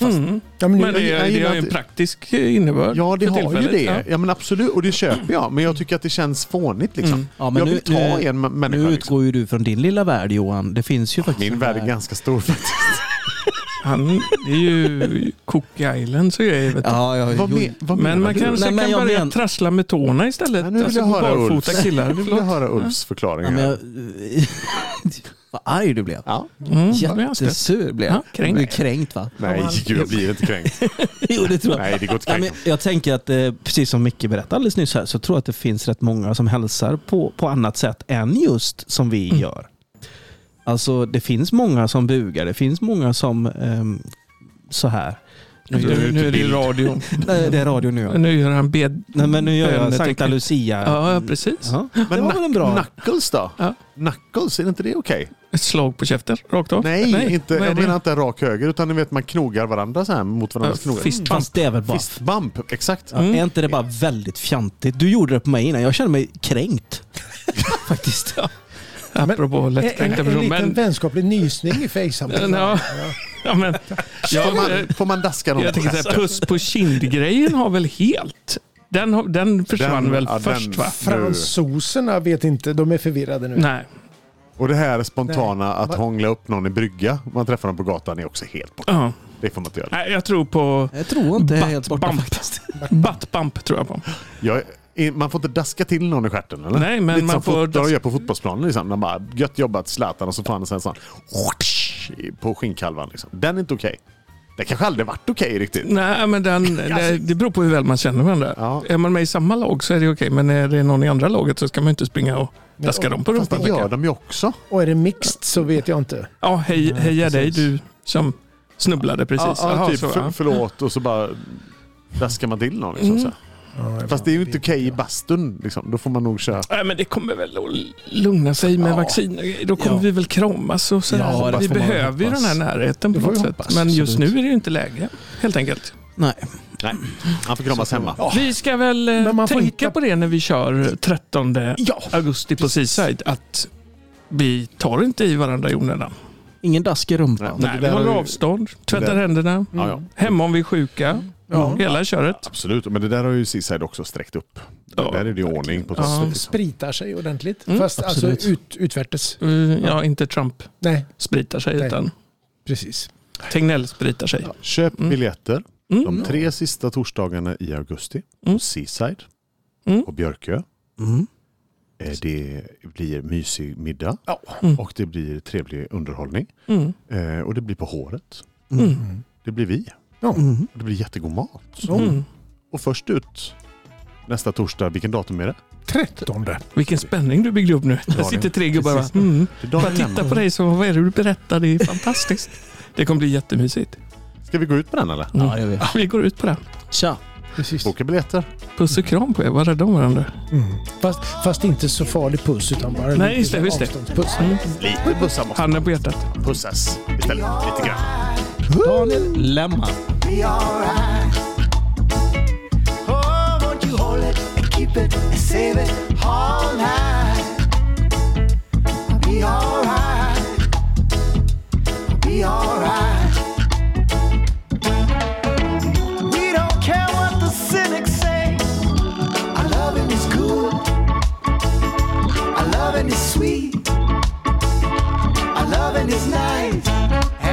Speaker 2: Mm.
Speaker 4: Ja, men nu,
Speaker 2: Men det,
Speaker 1: jag
Speaker 2: är- det
Speaker 1: gillar
Speaker 2: har ju en
Speaker 1: att-
Speaker 2: praktisk eh, innebörd.
Speaker 1: Ja, det
Speaker 2: för
Speaker 1: har ju
Speaker 2: tillfället.
Speaker 1: det. Ja.
Speaker 2: Ja.
Speaker 1: men absolut. Och det köper jag. Men jag tycker att det känns fånigt liksom.
Speaker 2: Mm.
Speaker 3: Ja, men
Speaker 1: jag
Speaker 3: nu-
Speaker 1: vill ta
Speaker 3: nu-
Speaker 1: en ma- människa.
Speaker 3: Nu
Speaker 1: liksom.
Speaker 3: utgår ju du från din lilla värld Johan. Det finns ju faktiskt...
Speaker 1: Min
Speaker 3: en
Speaker 1: värld är ganska stor faktiskt.
Speaker 2: Han, det är ju Cook Islands och grejer. Vet du.
Speaker 3: Ja, jag,
Speaker 1: Vad, men, vad menar
Speaker 2: Men man
Speaker 1: du?
Speaker 2: kanske
Speaker 3: Nej, men
Speaker 2: kan
Speaker 3: jag
Speaker 2: börja
Speaker 3: men-
Speaker 2: trassla med tårna istället.
Speaker 1: Nej, nu vill
Speaker 2: Alltså,
Speaker 1: jag höra
Speaker 2: barfota
Speaker 1: Ulfs.
Speaker 2: killar.
Speaker 1: Nu vill jag
Speaker 2: Förlåt.
Speaker 1: höra Ulfs förklaring.
Speaker 3: ja, men
Speaker 1: här.
Speaker 3: jag vad arg du blev.
Speaker 1: Ja.
Speaker 2: Mm, då blir jag stött.
Speaker 3: Jättesur blev jag.
Speaker 2: Ja, kränkt.
Speaker 3: Du blev kränkt va?
Speaker 1: Nej, gud, jag blir inte kränkt.
Speaker 3: jo, det tror jag.
Speaker 1: Nej, det går inte
Speaker 3: Ja,
Speaker 1: kränkt.
Speaker 3: men jag tänker att, eh, precis som Micke berättade alldeles nyss här, så tror jag att det finns rätt många som hälsar på, på annat sätt än just som vi gör. Alltså, det finns många som bugar, det finns många som ehm, så här. Nu gör,
Speaker 2: Nu, nu är det i radio.
Speaker 3: nej, det är radio nu. ja.
Speaker 2: Nu gör han bed...
Speaker 3: Nej, men nu gör jag
Speaker 2: bönetecken.
Speaker 3: Sankta Lucia.
Speaker 2: Ja, ja, precis.
Speaker 3: Ja.
Speaker 1: Men
Speaker 3: det var
Speaker 1: Knuck-
Speaker 3: väl en bra...
Speaker 1: Knuckles då?
Speaker 2: Ja.
Speaker 1: Knuckles, är inte det okej?
Speaker 2: Ett slag på käften, rakt av.
Speaker 1: Nej, inte,
Speaker 2: vad är
Speaker 1: jag
Speaker 2: det?
Speaker 1: menar inte rak höger utan ni vet man knogar varandra så här mot varandras
Speaker 2: Ja,
Speaker 1: knogar.
Speaker 2: fist bump.
Speaker 3: Fast det är väl bara...
Speaker 1: Fist bump, exakt.
Speaker 3: Ja, Är inte det bara väldigt fjantigt? Du gjorde det på mig innan. Jag känner mig kränkt. Faktiskt.
Speaker 2: Apropå
Speaker 4: en,
Speaker 2: lättkränkta
Speaker 4: en, en
Speaker 2: personer.
Speaker 4: liten
Speaker 2: Men,
Speaker 4: vänskaplig nysning i facehampen.
Speaker 2: Ja. ja, men,
Speaker 1: Får,
Speaker 2: jag,
Speaker 1: man, får man daska någon
Speaker 2: jag
Speaker 1: på
Speaker 2: tänker så här,
Speaker 1: käften?
Speaker 2: puss på kindgrejen har väl helt... Den, har- den försvann
Speaker 1: Den-
Speaker 2: väl
Speaker 1: ja, den-
Speaker 2: först va?
Speaker 4: Fransoserna vet inte, de är förvirrade nu.
Speaker 2: Nej.
Speaker 1: Och det här spontana
Speaker 4: Nej.
Speaker 1: att
Speaker 4: Vad-
Speaker 1: hångla upp någon i brygga, man träffar dem på gatan, är också helt borta.
Speaker 2: Ja.
Speaker 1: Det får man inte göra.
Speaker 2: Nej, jag tror på
Speaker 3: Jag tror inte jag är
Speaker 2: Butt
Speaker 3: helt borta
Speaker 2: bump.
Speaker 3: faktiskt.
Speaker 2: buttbump. Tror jag på.
Speaker 1: Jag, är- man får inte daska till någon i stjärten eller?
Speaker 2: Nej, men
Speaker 1: Lite
Speaker 2: man
Speaker 1: som
Speaker 2: får
Speaker 1: fotboll-
Speaker 2: daska-
Speaker 1: gör på fotbollsplanen liksom. De bara, gött jobbat Zlatan och så får han en sån här på skinnkalvan. Liksom. Den är inte okej. Det kanske aldrig varit okej riktigt.
Speaker 2: Nej, men den, det, det beror på hur väl man känner varandra.
Speaker 1: Ja.
Speaker 2: Är man med i samma lag så är det okej, men är det någon i andra laget så ska man ju inte springa och daska dem på
Speaker 1: Fast det
Speaker 2: rumpan. tänker
Speaker 1: gör
Speaker 2: jag.
Speaker 1: de ju också.
Speaker 4: Och är det mixed så vet jag inte.
Speaker 2: Ja, hej, heja dig
Speaker 3: precis.
Speaker 2: du som snubblade precis.
Speaker 1: Ja, ja,
Speaker 2: Jaha,
Speaker 1: typ,
Speaker 2: så,
Speaker 1: för,
Speaker 2: ja. Mm.
Speaker 1: förlåt och så bara daskar man till någon. Liksom, så här. Fast det är ju inte okej i bastun. Liksom. Då får man nog köra.
Speaker 2: Nej, men det kommer väl att lugna sig med
Speaker 1: Ja.
Speaker 2: vacciner. Då kommer
Speaker 3: Ja.
Speaker 2: vi väl kramas och sådär.
Speaker 3: Ja, det
Speaker 2: vi
Speaker 3: får man
Speaker 2: behöver ju
Speaker 3: hoppas.
Speaker 2: den här närheten på
Speaker 4: Det får
Speaker 2: något
Speaker 4: vi
Speaker 2: sätt.
Speaker 4: hoppas,
Speaker 2: men just nu
Speaker 3: absolut.
Speaker 2: är det ju inte läge, helt enkelt.
Speaker 3: Nej.
Speaker 1: Nej, han får kramas hemma.
Speaker 2: Vi ska väl eh,
Speaker 4: Men man får
Speaker 2: tänka
Speaker 4: hitta-
Speaker 2: på det när vi kör 13
Speaker 4: Ja.
Speaker 2: augusti på Seaside. Att vi tar inte i varandra i onödan.
Speaker 3: Ingen dask i rumpan.
Speaker 1: Men
Speaker 2: Nej,
Speaker 1: det
Speaker 2: vi
Speaker 1: där
Speaker 2: håller
Speaker 1: har ju-
Speaker 2: avstånd, tvättar
Speaker 1: där- Mm.
Speaker 2: händerna,
Speaker 1: Ja, ja.
Speaker 2: hemma om vi är sjuka.
Speaker 4: Ja.
Speaker 2: Hela köret.
Speaker 1: Absolut, men det där har ju Seaside också sträckt upp.
Speaker 2: Ja,
Speaker 1: där är det ju ordning på
Speaker 2: Ja.
Speaker 1: testet. liksom.
Speaker 4: Spritar sig ordentligt.
Speaker 2: Mm,
Speaker 4: Fast alltså
Speaker 3: absolut.
Speaker 4: ut, utvärtes.
Speaker 2: Uh, Ja, inte Trump
Speaker 4: Nej,
Speaker 2: spritar sig
Speaker 4: Nej.
Speaker 2: utan
Speaker 4: precis.
Speaker 2: Tegnell spritar sig.
Speaker 1: Köp
Speaker 2: Mm.
Speaker 1: biljetter
Speaker 2: Mm.
Speaker 1: de tre sista torsdagarna i augusti
Speaker 2: Mm.
Speaker 1: på Seaside
Speaker 2: Mm.
Speaker 1: och Björkö.
Speaker 3: Mm.
Speaker 1: Eh, Det blir mysig middag
Speaker 4: Ja.
Speaker 2: Mm.
Speaker 1: och det blir trevlig underhållning.
Speaker 2: Mm.
Speaker 1: Eh, Och det blir på håret.
Speaker 2: Mm.
Speaker 1: Det blir vi.
Speaker 3: Mm.
Speaker 1: Och det blir jättegod mat.
Speaker 2: Mm.
Speaker 1: Och först ut nästa torsdag, vilken datum är det?
Speaker 4: Trettonde.
Speaker 2: Vilken spänning du byggde upp nu. Där
Speaker 1: det.
Speaker 2: sitter tre gubbar och
Speaker 1: Precis.
Speaker 2: bara, mm.
Speaker 1: Det är dagen
Speaker 2: bara titta
Speaker 1: innan.
Speaker 2: på dig så vad är det du berättar? Det är fantastiskt. Det kommer bli jättemysigt.
Speaker 1: Ska vi gå ut på den eller?
Speaker 2: Mm.
Speaker 3: Ja, det gör vi.
Speaker 2: Vi går ut på det.
Speaker 3: Tja!
Speaker 4: Precis.
Speaker 1: Boka biljetter.
Speaker 2: Puss och kram på er. Var rädda om varandra.
Speaker 4: Mm. Fast, fast inte så farlig puss utan bara
Speaker 2: Nej, just det,
Speaker 4: lite
Speaker 2: just det.
Speaker 4: avståndspuss.
Speaker 1: Lite bussar måste
Speaker 2: Handen på hjärtat.
Speaker 1: pussas istället. Lite grann.
Speaker 4: Daniel,
Speaker 3: Lämna.
Speaker 5: be alright. Oh, won't you hold it and keep it and save it all night? I'll be alright. I'll be alright. We don't care what the cynics say. Our loving is cool. Our loving is sweet. Our loving is nice.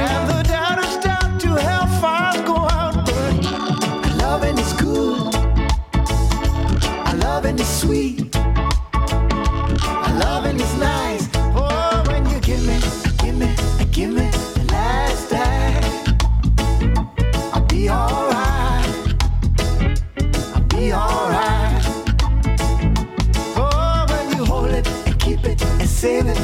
Speaker 5: And the doubters down to hellfire go out. But our loving is cool. Our loving is sweet. Our loving is nice. Oh, when you give me, give me, give me the last time. I'll be alright. I'll be alright. Oh, when you hold it and keep it and save it